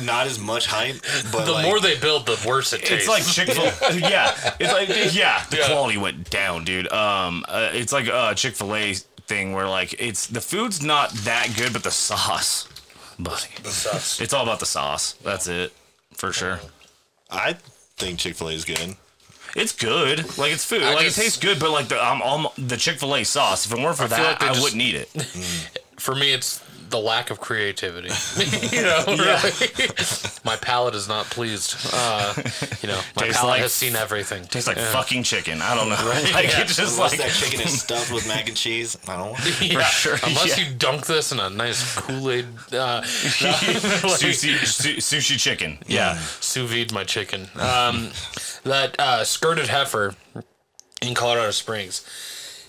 Not as much hype, but The like, more they build, the worse it tastes. It's like Chick Fil. yeah, it's like yeah, the Yeah. quality went down, dude. Um, uh, it's like a Chick Fil A thing where like it's the food's not that good, but the sauce, buddy, Sucks. it's all about the sauce. That's it for sure. I think Chick Fil A is good. It's good, like it's food, I like just- it tastes good, but like the um, um the Chick Fil A sauce. If it weren't for feel that, like they I just- wouldn't eat it. For me, it's the lack of creativity. you know, Yeah. really. my palate is not pleased. Uh, you know, my Tastes palate like- has seen everything. Tastes like fucking chicken. I don't know. Like Yeah. it's just Unless like that chicken is stuffed with mac and cheese, I don't want. it. Yeah, sure, Unless yeah. you dunk this in a nice Kool Aid, uh, sushi, su- sushi chicken. Yeah. sous vide my chicken. Um, that uh, skirted heifer in Colorado Springs.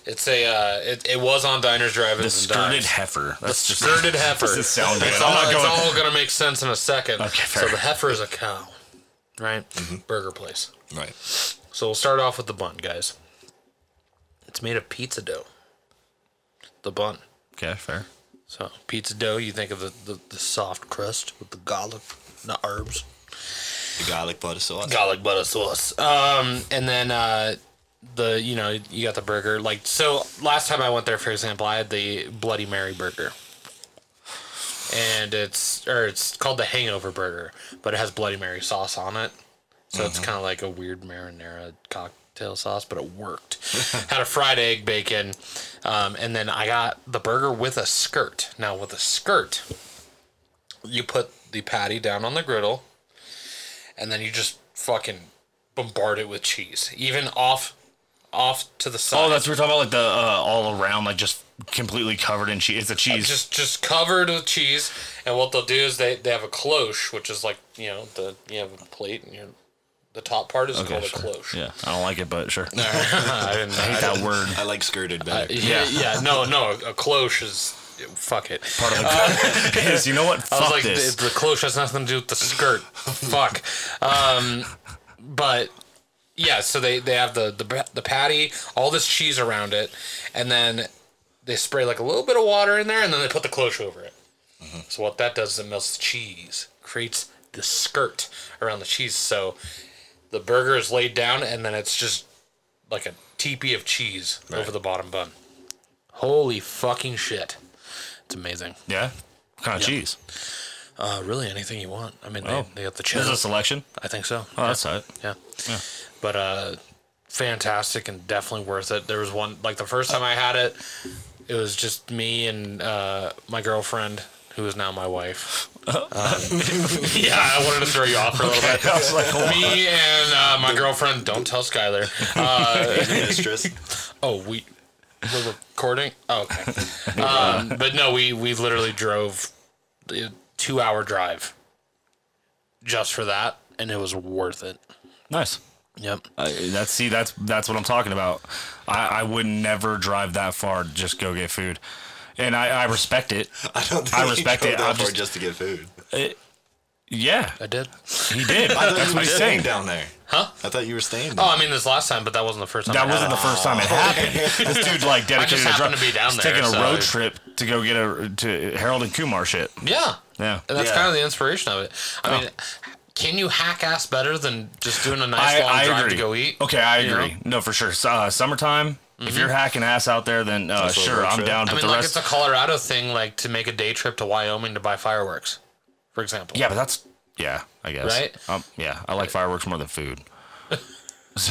It's a. Uh, it, it was on diners, drive-ins, The and skirted dives. heifer. That's just skirted heifer. This is sounding It's good. I'm all, it's not going- all gonna make sense in a second. Okay, so fair. Mm-hmm. the heifer is a cow, right? Burger place. Right. So we'll start off with the bun, guys. It's made of pizza dough. The bun. Okay, fair. So pizza dough, you think of the, the, the soft crust with the garlic, the herbs, The garlic butter sauce. garlic butter sauce. Um, and then uh, the you know you got the burger. Like so, last time I went there, for example, I had the Bloody Mary burger, and it's or it's called the Hangover Burger, but it has Bloody Mary sauce on it. So it's kind of like a weird marinara cocktail sauce, but it worked. Had a fried egg, bacon, um, and then I got the burger with a skirt. Now with a skirt, you put the patty down on the griddle, and then you just fucking bombard it with cheese, even off, off to the side. Oh, that's what we're talking about, like the uh, all around, like just completely covered in cheese. It's a cheese. just just covered with cheese. And what they'll do is they, they have a cloche, which is like you know the you have a plate and you The top part is called sure. a cloche. Yeah, I don't like it, but sure. I didn't I hate that word. Uh, I like skirted better. Yeah, yeah, no, no, a cloche is fuck it. Part of the is you know what? I was Fuck like, this. the, the cloche has nothing to do with the skirt. fuck. Um, but yeah, so they they have the, the the patty, all this cheese around it, and then they spray like a little bit of water in there, and then they put the cloche over it. Mm-hmm. So what that does is it melts the cheese, creates the skirt around the cheese. So the burger is laid down, and then it's just like a teepee of cheese over the bottom bun. Holy fucking shit! It's amazing. yeah. What kind of cheese? Uh, really, anything you want. I mean, Oh. they, they got the Is cheddar. it a selection? I think so. Oh, that's it. yeah. But uh, fantastic and definitely worth it. There was one like the first time I had it, it was just me and uh, my girlfriend, who is now my wife. Oh. Um, yeah, I wanted to throw you off for a little bit. I was like, oh, Me and uh, my girlfriend. Don't tell Skylar. Uh, Mistress. Oh, we we're recording. Oh, okay. um, but no, we we literally drove a two hour drive just for that, and it was worth it. nice. Yep. Uh, that's see, that's that's what I'm talking about. I, I would never drive that far to just go get food, and I, I respect it. I don't think I you respect go it. that I'm far just- just to get food. Yeah, I did. he did. I thought that's you what were he's staying saying. down there. Huh? I thought you were staying Oh, there. I mean, this last time, but that wasn't the first time. I That had wasn't it. the first time it happened. This dude like dedicated a happened drive. to be down He's there, taking a so- road trip to go get a to Harold and Kumar shit. Yeah. Yeah. Oh. And that's Yeah. kind of the inspiration of it. I mean, can you hack ass better than just doing a nice I, long I drive agree. to go eat? Okay, I You Mm-hmm. agree. No, for sure. So, uh, summertime. If you're hacking ass out there, then uh, That's a sure, road I'm trip. down. I But mean, the like rest, it's a Colorado thing, like to make a day trip to Wyoming to buy fireworks, for example. yeah, but that's yeah, I guess. Right? Um, yeah, I like fireworks more than food.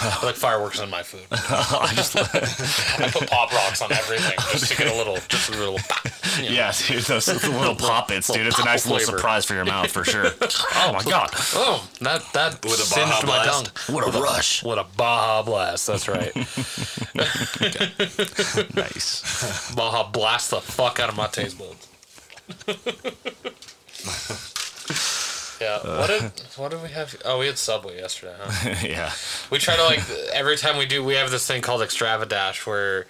I like fireworks in my food. I just I put pop rocks on everything just to get a little, just a little. pop, you know. yeah, dude, those little poppets, dude. It's a pop nice little flavor. surprise for your mouth for sure. oh my god, Oh, that that With a Baja singed my tongue. Blast. What a rush. What a Baja blast! That's right. nice. Baja blast the fuck out of my taste buds. yeah. What did what did we have? Oh, we had Subway yesterday. huh? yeah, we try to like every time we do we have this thing called extravadash where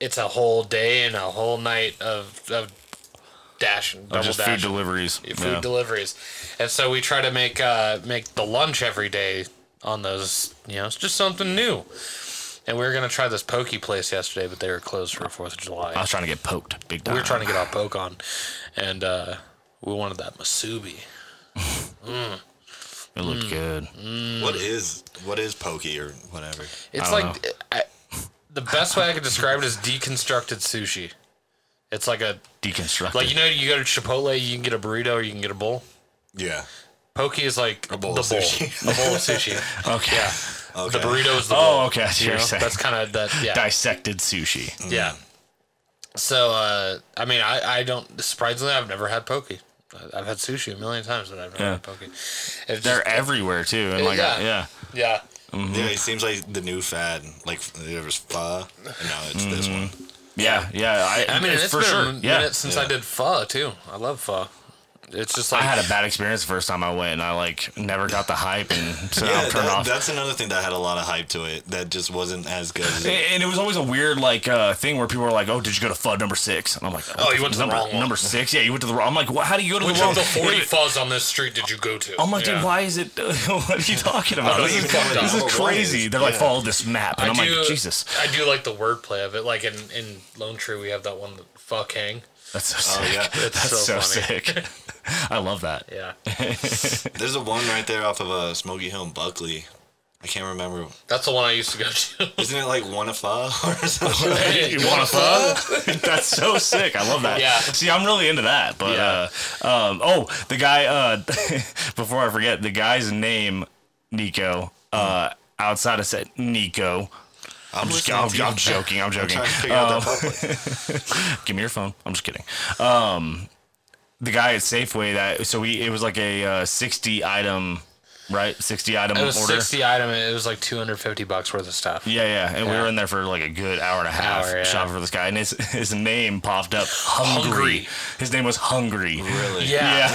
it's a whole day and a whole night of of dash and double just dash food deliveries. food yeah. deliveries and so we try to make uh make the lunch every day on those you know it's just something new and we were gonna try this pokey place yesterday but they were closed for fourth of july I was trying to get poked, big time. we were trying to get our poke on and uh we wanted that masubi It looked Mm. good. What Mm. is what is pokey or whatever? It's I don't like I, the best way I could describe it is deconstructed sushi. It's like a Deconstructed. like you know you go to Chipotle, you can get a burrito or you can get a bowl. Yeah. Poke is like a bowl the of bowl, sushi. a bowl of sushi. okay. Okay. The burrito is the bowl. Oh, okay. I see you what know? you're saying. That's kind of that. Yeah, Dissected sushi. yeah. So uh, I mean, I I don't surprisingly I've never had poke. I- I've had sushi a million times, but I've never Yeah. had poke. It's They're just, everywhere too, and like Yeah. uh, yeah. yeah. Yeah, Mm-hmm. it seems like the new fad. Like there was pho, and now it's this Mm-hmm. one. Yeah, yeah. I, I mean, it's it's for been sure. a minute Yeah. since I Yeah. did pho too. I love pho. It's just I like had a bad experience the first time I went, and I like never got the hype, and so Yeah, I'm turned that- Oh, off. that's another thing that had a lot of hype to it that just wasn't as good. As it. and it was always a weird like uh, thing where people were like, "Oh, did you go to FUD number six? And I'm like, Oh, you went to the number, wrong one." number six? Yeah, you went to the wrong." I'm like, what, "How do you go to Which the wrong?" of the 40 It- fuzz on this street did you go to? I'm like, Yeah. Oh Oh, dude, why is it? what are you talking about? know, This you is, fucked up. this is Oh, crazy. right. They're like, Yeah. follow this map, I and I'm do, like, Jesus, I do like the wordplay of it. Like in, in Lone Tree, we have that one, the fuck hang. that's so sick. yeah. That's so so, funny. sick. I love that. Yeah. There's a one right there off of uh, Smoky Hill and Buckley. I can't remember. That's the one I used to go to. Isn't it like one of pho or something? You want a fuck? That's so sick. I love that. Yeah. See, I'm really into that. But uh, um, oh, the guy. Uh, before I forget, the guy's name, Nico. Uh, outside of set, Nico. I'm just. I'm, listening to I'm you. joking. I'm joking. Uh, Trying to figure out that pho place. Give me your phone. I'm just kidding. Um, the guy at Safeway that so we it was like a uh, 60 item, right? 60 item It was order. 60 item. and It was like 250 bucks worth of stuff. Yeah, yeah, and we Yeah. were in there for like a good hour and a half Hour, yeah. shopping for this guy, and his his name popped up, hungry. Hungry. His name was Hungry. Really? Yeah.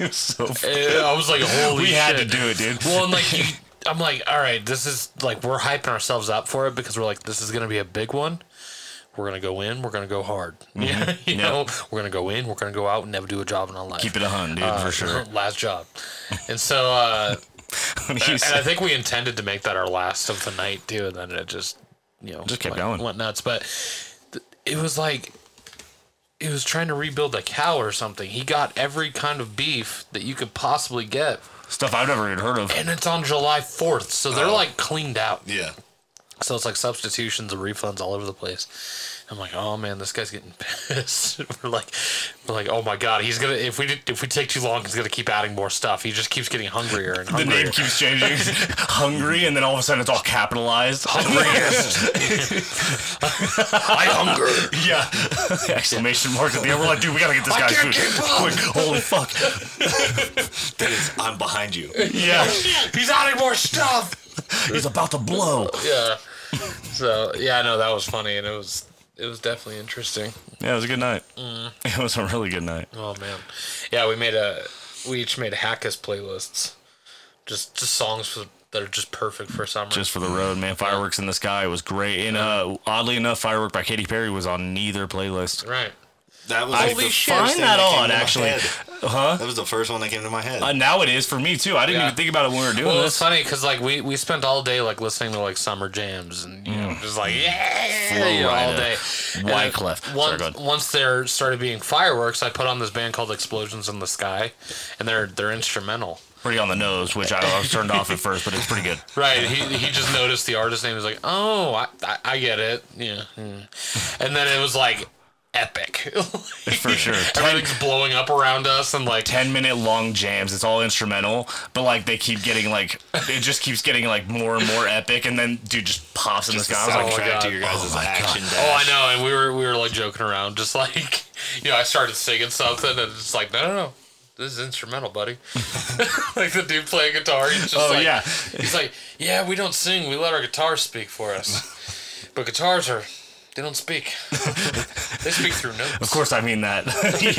Yeah. so Eh, I was like, holy we shit. had to do it, dude. Well, and like, you, I'm like, all right, this is like, we're hyping ourselves up for it because we're like, this is going to be a big one. We're going to go in, we're going to go hard. Yeah, you know, we're going to go in, we're going to go out and never do a job in our life. Keep it a hun, dude, for sure. Last job. And so, uh, When and you I said- think we intended to make that our last of the night too, and then it just you know Just kept went, going. went nuts. But th- it was like it was trying to rebuild a cow or something. He got every kind of beef that you could possibly get, stuff I've never even heard of. and it's on July fourth, so Oh. they're like cleaned out. Yeah. So it's like substitutions and refunds all over the place. I'm like, oh man, this guy's getting pissed. we're like, we're like, oh my god, he's gonna if we did- if we take too long, he's gonna keep adding more stuff. He just keeps getting hungrier and The hungrier. name keeps changing. Hungry, and then all of a sudden it's all capitalized. Hungriest. I hunger. yeah. Exclamation marks at the end. We're like, dude, we gotta get this guy's food. Quick, holy fuck. That is, I'm behind you. Yeah. He's adding more stuff. He's about to blow. Yeah. So yeah, no, that was funny, and it was it was definitely interesting. Yeah, it was a good night. Mm. It was a really good night. Oh man, yeah, we made a we each made hackus playlists, just just songs for, that are just perfect for summer. Just for the road, man. Fireworks in the sky was great. And uh, oddly enough, Firework by Katy Perry was on neither playlist. right. That was I like, the first find thing that came to odd, my actually. head. Huh? That was the first one that came to my head. Uh, now it is for me, too. I didn't Yeah. even think about it when we were doing Well, it's this. funny because like we we spent all day like listening to like summer jams and you know Mm. just like yeah Flow you know, all Rider. day. And then Wyclef. Sorry, Once, go ahead. once there started being fireworks, I put on this band called Explosions in the Sky, and they're they're instrumental. Pretty on the nose, which I, I was turned off at first, but it's pretty good. Right. He, he just noticed the artist name. He was like, oh, I, I, I get it. Yeah. mm. And then it was like epic. For sure. Everything's blowing up around us and like. 10 minute long jams. It's all instrumental, but like they keep getting like, it just keeps getting like more and more epic. And then dude just pops in the sky. I was like, Back soundtrack. Oh, God. to your guys' my action Oh, I dash. know. And we were we were like joking around, just like you know. I started singing something, and it's like, no, no, no. This is instrumental, buddy. like the dude playing guitar. He's just Oh, like, yeah. He's like, yeah, we don't sing. We let our guitars speak for us. But guitars are, they don't speak. they speak through notes. Of course, I mean that.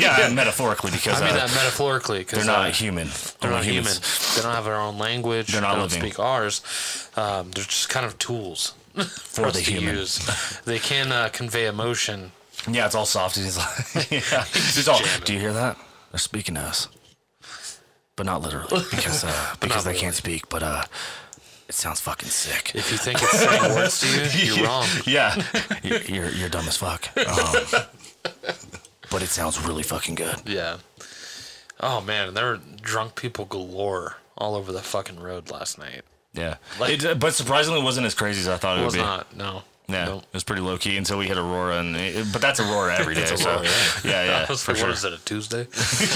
yeah, metaphorically because I mean uh, that metaphorically uh, because they're not human. They're not Only human. Oh, humans. They don't have their own language. They're not they don't living. speak ours. Um, they're just kind of tools for the us to human. use. They can uh, convey emotion. Yeah, it's all soft. And he's like, yeah. He's all, jamming. do you hear that? They're speaking to us, but not literally because uh, because they can't speak. But uh, it sounds fucking sick. If you think it's saying words to you, you're wrong. Yeah, you're, you're you're dumb as fuck. Um, but it sounds really fucking good. Yeah. Oh man, there were drunk people galore all over the fucking road last night. Yeah, Like- it, but surprisingly, it wasn't as crazy as I thought it, It would was be. not. No. Yeah, No. it was pretty low key until we hit Aurora, and it, but that's Aurora every day. so Aurora, yeah, yeah, That was for like, sure. What is it? A Tuesday?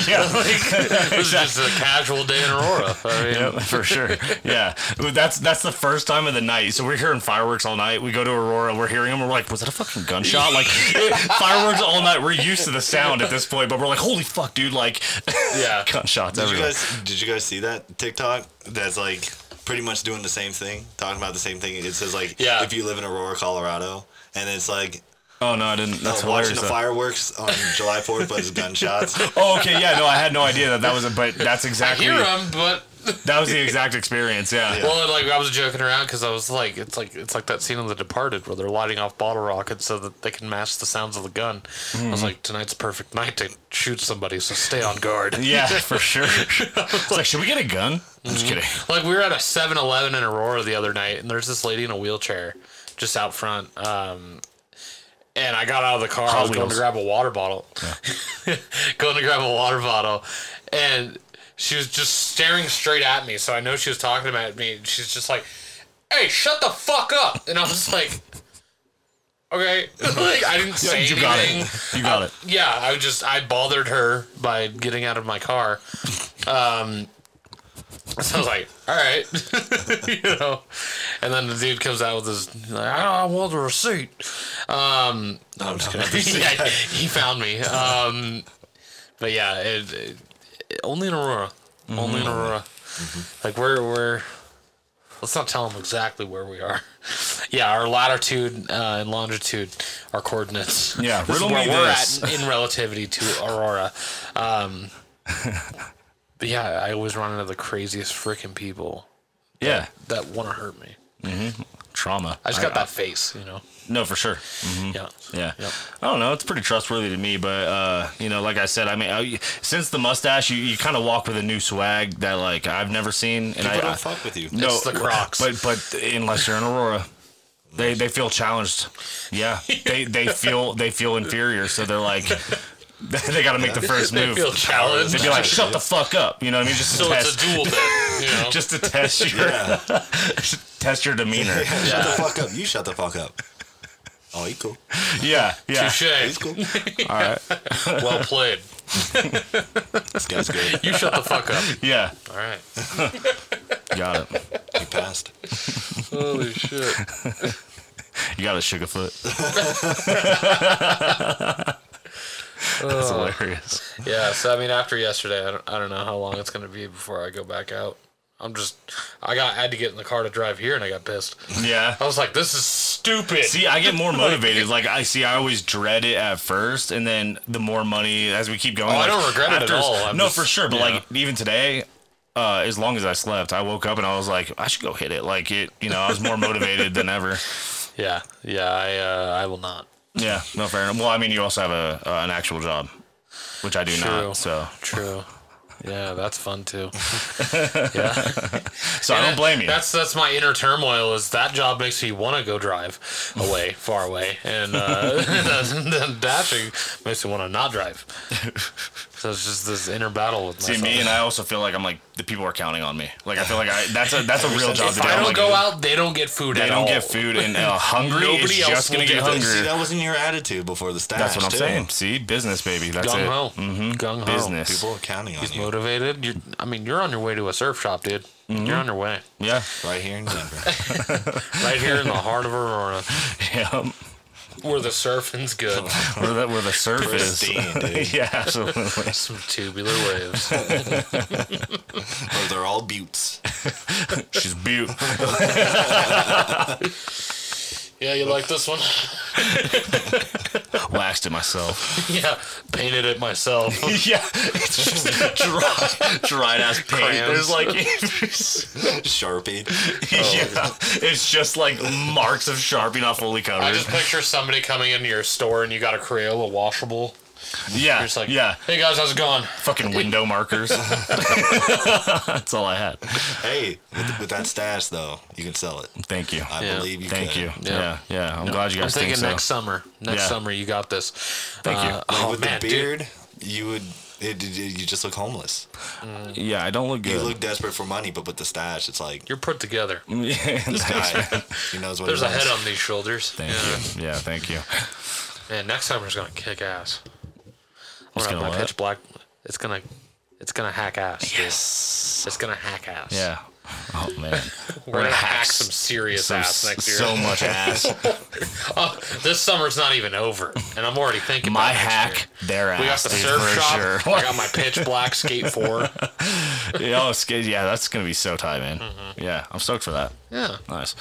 Yeah. it was just a casual day in Aurora. I mean, Yep, for sure. Yeah, that's that's the first time of the night. So we're hearing fireworks all night. We go to Aurora, we're hearing them. We're like, was that a fucking gunshot? Like fireworks all night. We're used to the sound at this point, but we're like, holy fuck, dude! Like Yeah. gunshots Did you everywhere. guys did you guys see that TikTok that's like pretty much doing the same thing, talking about the same thing. It says like Yeah. if you live in Aurora, Colorado, and it's like oh no, I didn't. uh, That's watching hilarious. the though. fireworks on July 4th but it's gunshots. Oh, okay, yeah, no, I had no idea that that was, a, but that's I exactly hear them, but that was the exact experience. Yeah, Yeah. Well, like I was joking around because I was like, it's like it's like that scene in The Departed where they're lighting off bottle rockets so that they can match the sounds of the gun. I was like, tonight's a perfect night to shoot somebody, so stay on guard. yeah, for sure. It's like, should we get a gun? I'm just kidding. Like we were at a 7-Eleven in Aurora the other night, and there's this lady in a wheelchair just out front. Um, and I got out of the car. I Hot was going to Wheels. grab a water bottle. going to grab a water bottle, and she was just staring straight at me. So I know she was talking about me. and She's just like, "Hey, shut the fuck up!" And I was like. Okay, like I didn't say you anything. got it. You got it. Yeah, I just I bothered her by getting out of my car. Um, so I was like, all right, you know. And then the dude comes out with his, he's like, I want the receipt. Um, No, I'm just kidding. yeah, he found me. Um, but yeah, it, it- only in Aurora, only in Aurora. Like we're we're. Let's not tell them exactly where we are. Yeah, our latitude uh, and longitude, our coordinates. Yeah, this is riddle where me we're this. at in relativity to Aurora. Um, But yeah, I always run into the craziest freaking people Yeah, that want to hurt me. trauma. I just got that face, you know. No, for sure. Yeah. Yeah. Yep. I don't know. It's pretty trustworthy to me, but uh, you know, like I said, I mean, I, since the mustache, you, you kind of walk with a new swag that like I've never seen, and I, People I don't fuck with you. no, It's the Crocs. but but unless you're in Aurora. They, they feel challenged, yeah. They they feel they feel inferior, so they're like, they got to make the first They move. feel challenged. They'd be like, "Shut the fuck up," you know what I mean? Just to so test, it's a duel then, you know. just to test your Yeah. test your demeanor. Shut the fuck up. You shut the fuck up. Oh, he cool. Yeah, yeah. He's touche. cool. Well played. This guy's good. You shut the fuck up. Yeah, All right. got it. He passed. Holy shit. You got a sugar foot. That's hilarious. Yeah, so I mean, after yesterday, I don't, I don't know how long it's gonna be before I go back out. I'm just, I got, I had to get in the car to drive here, and I got pissed. Yeah. I was like, this is stupid. See, I get more motivated. Like I see, I always dread it at first, and then the more money as we keep going. Oh, I like, don't regret it at all. I'm no, just- for sure. But yeah. like even today, uh, as long as I slept, I woke up and I was like, I should go hit it. Like it, you know, I was more motivated than ever. yeah, yeah, I, uh, I will not. Yeah, no fair enough. Well, I mean, you also have a uh, an actual job, which I do True. not. So, True. Yeah, that's fun too. yeah. so I don't blame you. That's that's my inner turmoil. Is that job makes me want to go drive away, far away, and uh, then, then dashing makes me want to not drive. So it's just this inner battle with myself. See me, and I also feel like I'm like the people are counting on me. Like I feel like I that's a that's a real job. if to do. I I'm don't like, go out, they don't get food. they at don't all. get food, and uh, hungry is Nobody else just gonna will get do this. See, hungrier. that wasn't your attitude before the stash. That's what I'm too. saying. See, business, baby. That's Gung it. Mm-hmm. ho. Gung ho. Business. People are counting on He's you motivated. You're, I mean, you're on your way to a surf shop, dude. Mm-hmm. You're on your way. Yeah. right here in Denver. Right here in the heart of Aurora, Yeah. where the surfing's good. Where the, where the surf is. Pristine, dude. yeah, absolutely. Some tubular waves. Where they're all buttes. She's butte. Yeah, you like this one? Waxed it myself. yeah, painted it myself. yeah. It's just dry, dried ass paint. Crayons. There's like Sharpie. yeah, it's just like marks of Sharpie not fully covered. I just picture somebody coming into your store and you got a Crayola washable. yeah, You're just like, yeah, Hey guys, how's it going? fucking window markers. That's all I had. Hey, with, with that stash though, you can sell it. Thank you. I Yeah. believe you. Thank can. you. Yeah. Yeah, yeah. I'm glad you I'm guys thinking think so. next summer. Next Yeah. summer, you got this. Thank you. Like, Like oh with man, the dude. beard, you would. It, it- you just look homeless. yeah, I don't look You good. look desperate for money, but with the stash, it's like You're put together. this guy. he knows what. There's he a head wants. on these shoulders. Thank you. Yeah, thank you. Man, next summer's gonna kick ass. I'm gonna gonna have my what? pitch black. It's gonna, it's gonna hack ass. dude. It's gonna hack ass. Yeah. Oh man, We're gonna hack s- some serious so, ass next year. so much ass. Oh, this summer's not even over, and I'm already thinking. My about next hack, year. their ass. We got the dude, surf for shop. Sure. I got my pitch black skate four. yeah, it's good. yeah, that's gonna be so tight, man. Yeah, I'm stoked for that. Yeah. Nice.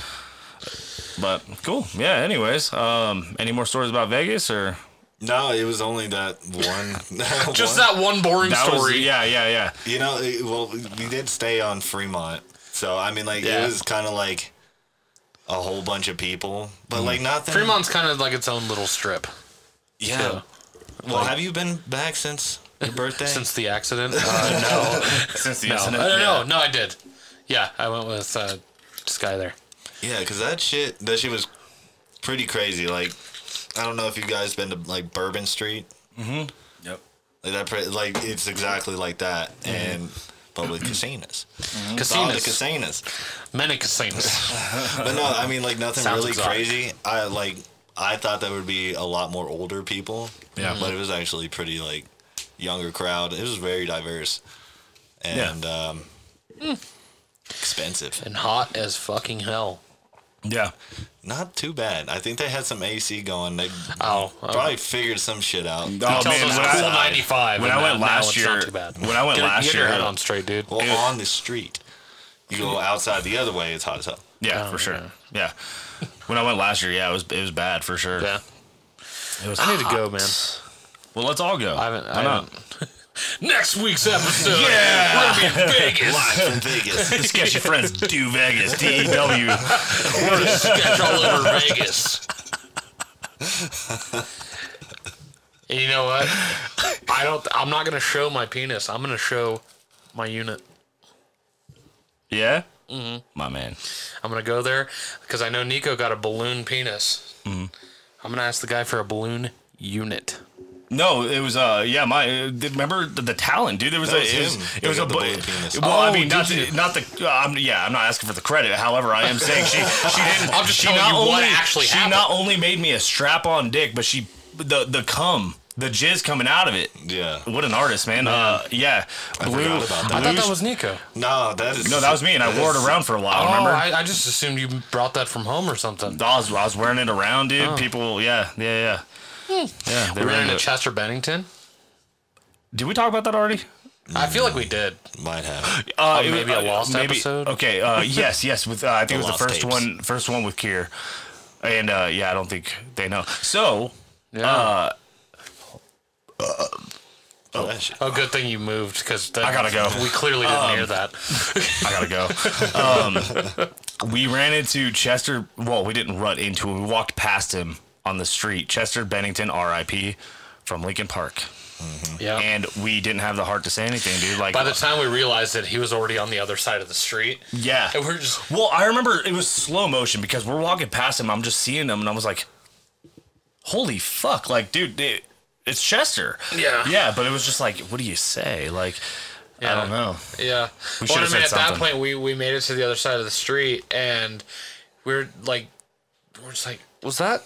But cool. Yeah. Anyways, um, any more stories about Vegas or No, it was only that one. Just one. that one boring That was- story. yeah, yeah, yeah. You know, it- well, we did stay on Fremont, so I mean, like Yeah. it was kind of like a whole bunch of people, but Mm. like nothing. Fremont's kind of like its own little strip yeah. Well, have you been back since your birthday? since the accident. Uh, Since the no, no, incident. no, no, Yeah. no, I did. Yeah, I went with uh, this guy there. yeah, because that shit, that shit was pretty crazy. Like, I don't know if you guys been to like Bourbon Street. Yep. Like that, pre- like it's exactly like that, and but with casinos, Mm, all the Casinos, casinos. many casinos. But no, I mean like nothing Sounds really exotic. crazy. I like I thought there would be a lot more older people. Yeah. But it was actually pretty like younger crowd. It was very diverse. And um expensive. and hot as fucking hell. Yeah. Not too bad. I think they had some AC going. They Oh, probably figured some shit out. Oh, tells us when a cool I- 95. when and I went now- now last it's year- not too bad. when I went Get- last get year- your head on straight, dude. Well, on the street. You go outside the other way, it's hot as hell. Yeah, Oh, for sure. yeah. Yeah. When I went last year, yeah, it was it was bad for sure. yeah, It was I need to go, man. Well, let's all go. I haven't. I Why not? haven't. Next week's episode. Yeah. We're gonna be in Live Vegas. from Vegas. Sketchy friends, do Vegas, D E W. We're gonna sketch all over Vegas. And you know what? I don't. I'm not gonna show my penis. I'm gonna show my unit. Yeah, mm-hmm. my man. I'm gonna go there because I know Nico got a balloon penis. Mm-hmm. I'm gonna ask the guy for a balloon unit. No, it was uh yeah my uh, remember the, the talent dude there was That a was it was, him. it was They a got the bu- bullet penis. well Oh, I mean not did the, you? not the uh, I'm, yeah I'm not asking for the credit however I am saying she she didn't I'm just she telling not you only what actually she happened. not only made me a strap on dick but she the the cum the jizz coming out of it Yeah. what an artist man, uh yeah blue forgot about that. I thought blues- that was Nico. No, that is. no that was me and I wore it around for a while Oh, remember I, I just assumed you brought that from home or something. I was, I was wearing it around dude Oh. people yeah yeah Hmm. yeah yeah they We were ran into into it. Chester Bennington. did we talk about that already I feel Mm. like we did. Might have. Uh, Oh, it was- maybe a lost episode? Okay, uh, yes, yes. With uh, I think it was lost the first tapes. one, first one with Kier, and uh, yeah, I don't think they know. So Yeah. Uh, Oh, that shit. oh, good thing you moved because I gotta go. Um, We clearly didn't hear that. I gotta go. um, we ran into Chester. Well, we didn't run into him. We walked past him on the street. Chester Bennington, R.I.P. from Lincoln Park, Yeah. and we didn't have the heart to say anything, dude. Like Oh. by the time we realized it, he was already on the other side of the street. Yeah. And we're just Well, I remember it was slow motion because we're walking past him. I'm just seeing him, and I was like, "Holy fuck!" Like, dude, it- it's Chester. Yeah. yeah. But it was just like, what do you say? Like, I don't know. Yeah. We well, I should've mean, said at that something. point, we, we made it to the other side of the street, and we're like, we're just like, was that?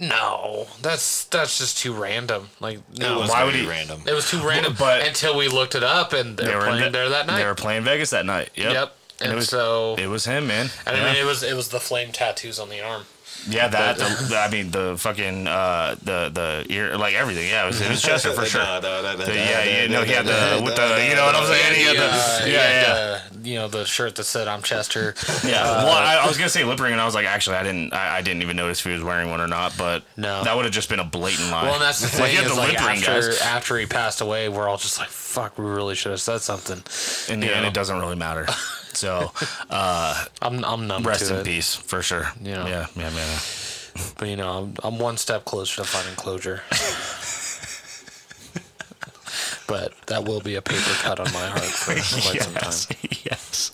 No, that's that's just too random. Like, That no, was why very would he- Random. it was too random. but- until we looked it up, and they, were playing Ve- there that night. They were playing Vegas that night. Yep. Yep. And it was, so- it was him, man. and yeah. I mean, it was it was the flame tattoos on the arm. yeah, that. The, the- I mean, the fucking uh, the the ear, like everything. Yeah, it was, it was Chester for sure. Da, da, da, da, The- da, yeah, da, yeah, no, he had da, the with da, the, you know what I'm da, saying? He had Yeah, the, yeah, yeah. you know the shirt that said "I'm Chester." Yeah. well, I, I was gonna say lip ring, and I was like, actually, I didn't, I, I didn't even notice if he was wearing one or not. But No. that would have just been a blatant lie. Well, and that's the thing Like, he had is, the like lip ring, after guys. after he passed away, we're all just like, "Fuck, we really should have said something." In the you end, know. it doesn't really matter. So uh, I'm I'm numb rest to in it, peace for sure. Yeah. yeah, yeah, man. yeah. but you know, I'm, I'm one step closer to finding closure. but that will be a paper cut on my heart for quite some time. yes, yes.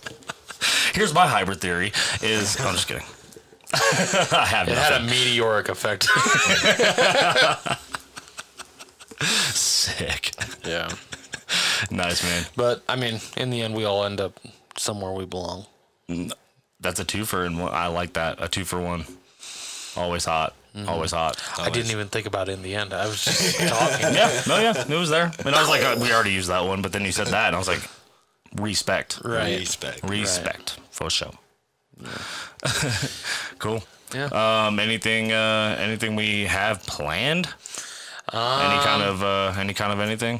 Here's my hybrid theory: is I'm just kidding. I have It nothing. had a meteoric effect. Sick, yeah, nice man. but I mean, in the end, we all end up somewhere we belong. That's a two for and one. I like that. A two for one. Always hot. Always hot. Mm-hmm. I didn't even think about it in the end. I was just talking. Yeah, no, yeah, it was there. And I was like, uh, we already used that one, but then you said that, and I was like, respect, Right. Respect. respect for sure. cool. Yeah. Um, anything, uh, anything we have planned? any Um, kind of, uh, any kind of anything?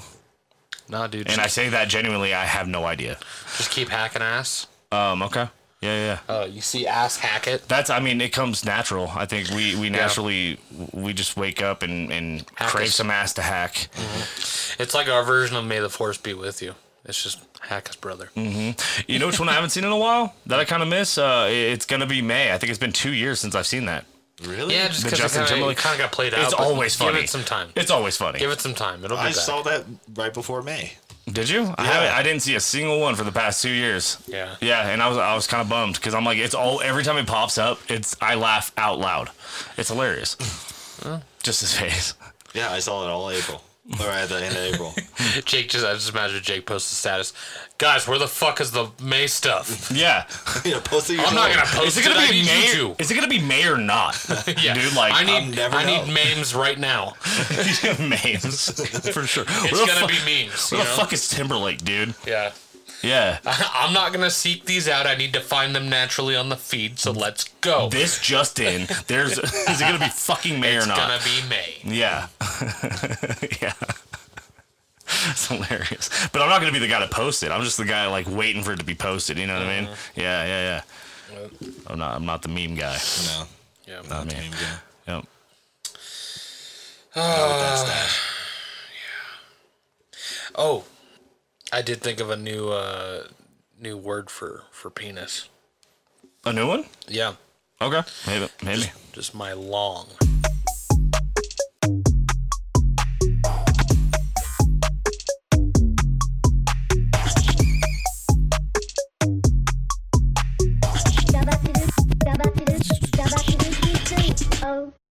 Nah, dude. And I Just, say that genuinely, I have no idea. just keep hacking ass. Um, okay. Yeah, yeah, yeah. Oh, you see ass hack it. That's, I mean, it comes natural. I think we, we naturally, we just wake up and, and Hack crave us. Mm-hmm. some ass to hack. It's like our version of May the Force be with you. It's just hack his brother. Mm-hmm. You know which one I haven't seen in a while that I kind of miss? Uh, it's gonna be May. I think it's been two years since I've seen that. Really? Yeah, just The because Justin it kind of Timberlake- got played out. it's but always funny. Give it some time. It's always funny. Give it some time. It'll be I back. saw that right before May. Did you? I Yeah. haven't. I didn't see a single one for the past two years. Yeah. Yeah, and I was I was kind of bummed because I'm like it's all every time it pops up, it's I laugh out loud. It's hilarious. Just his face. Yeah, I saw it all April. Or at the end of April. Jake just I just imagine Jake posts a status. Guys, where the fuck is the May stuff? Yeah. yeah, post it I'm not gonna yourself. post Is it gonna I be need May? you to. Is it gonna be May or not? Yeah. Dude, like I I'm need never I know. need memes right now. memes for sure. It's gonna be memes. You What the know? fuck is Timberlake, dude? yeah. Yeah. I'm not gonna seek these out. I need to find them naturally on the feed. So let's go. This just in. There's is it gonna be fucking May it's or not? gonna be May. Yeah. yeah. It's hilarious. But I'm not going to be the guy to post it. I'm just the guy like waiting for it to be posted, you know what Uh-huh. I mean? Yeah, yeah, yeah. I'm not I'm not the meme guy. No, Yeah. not the Man. meme guy. Yep. Not with that stash. Oh, I did think of a new uh, new word for for penis. A new one? Yeah, Okay. Maybe. Maybe. just my long.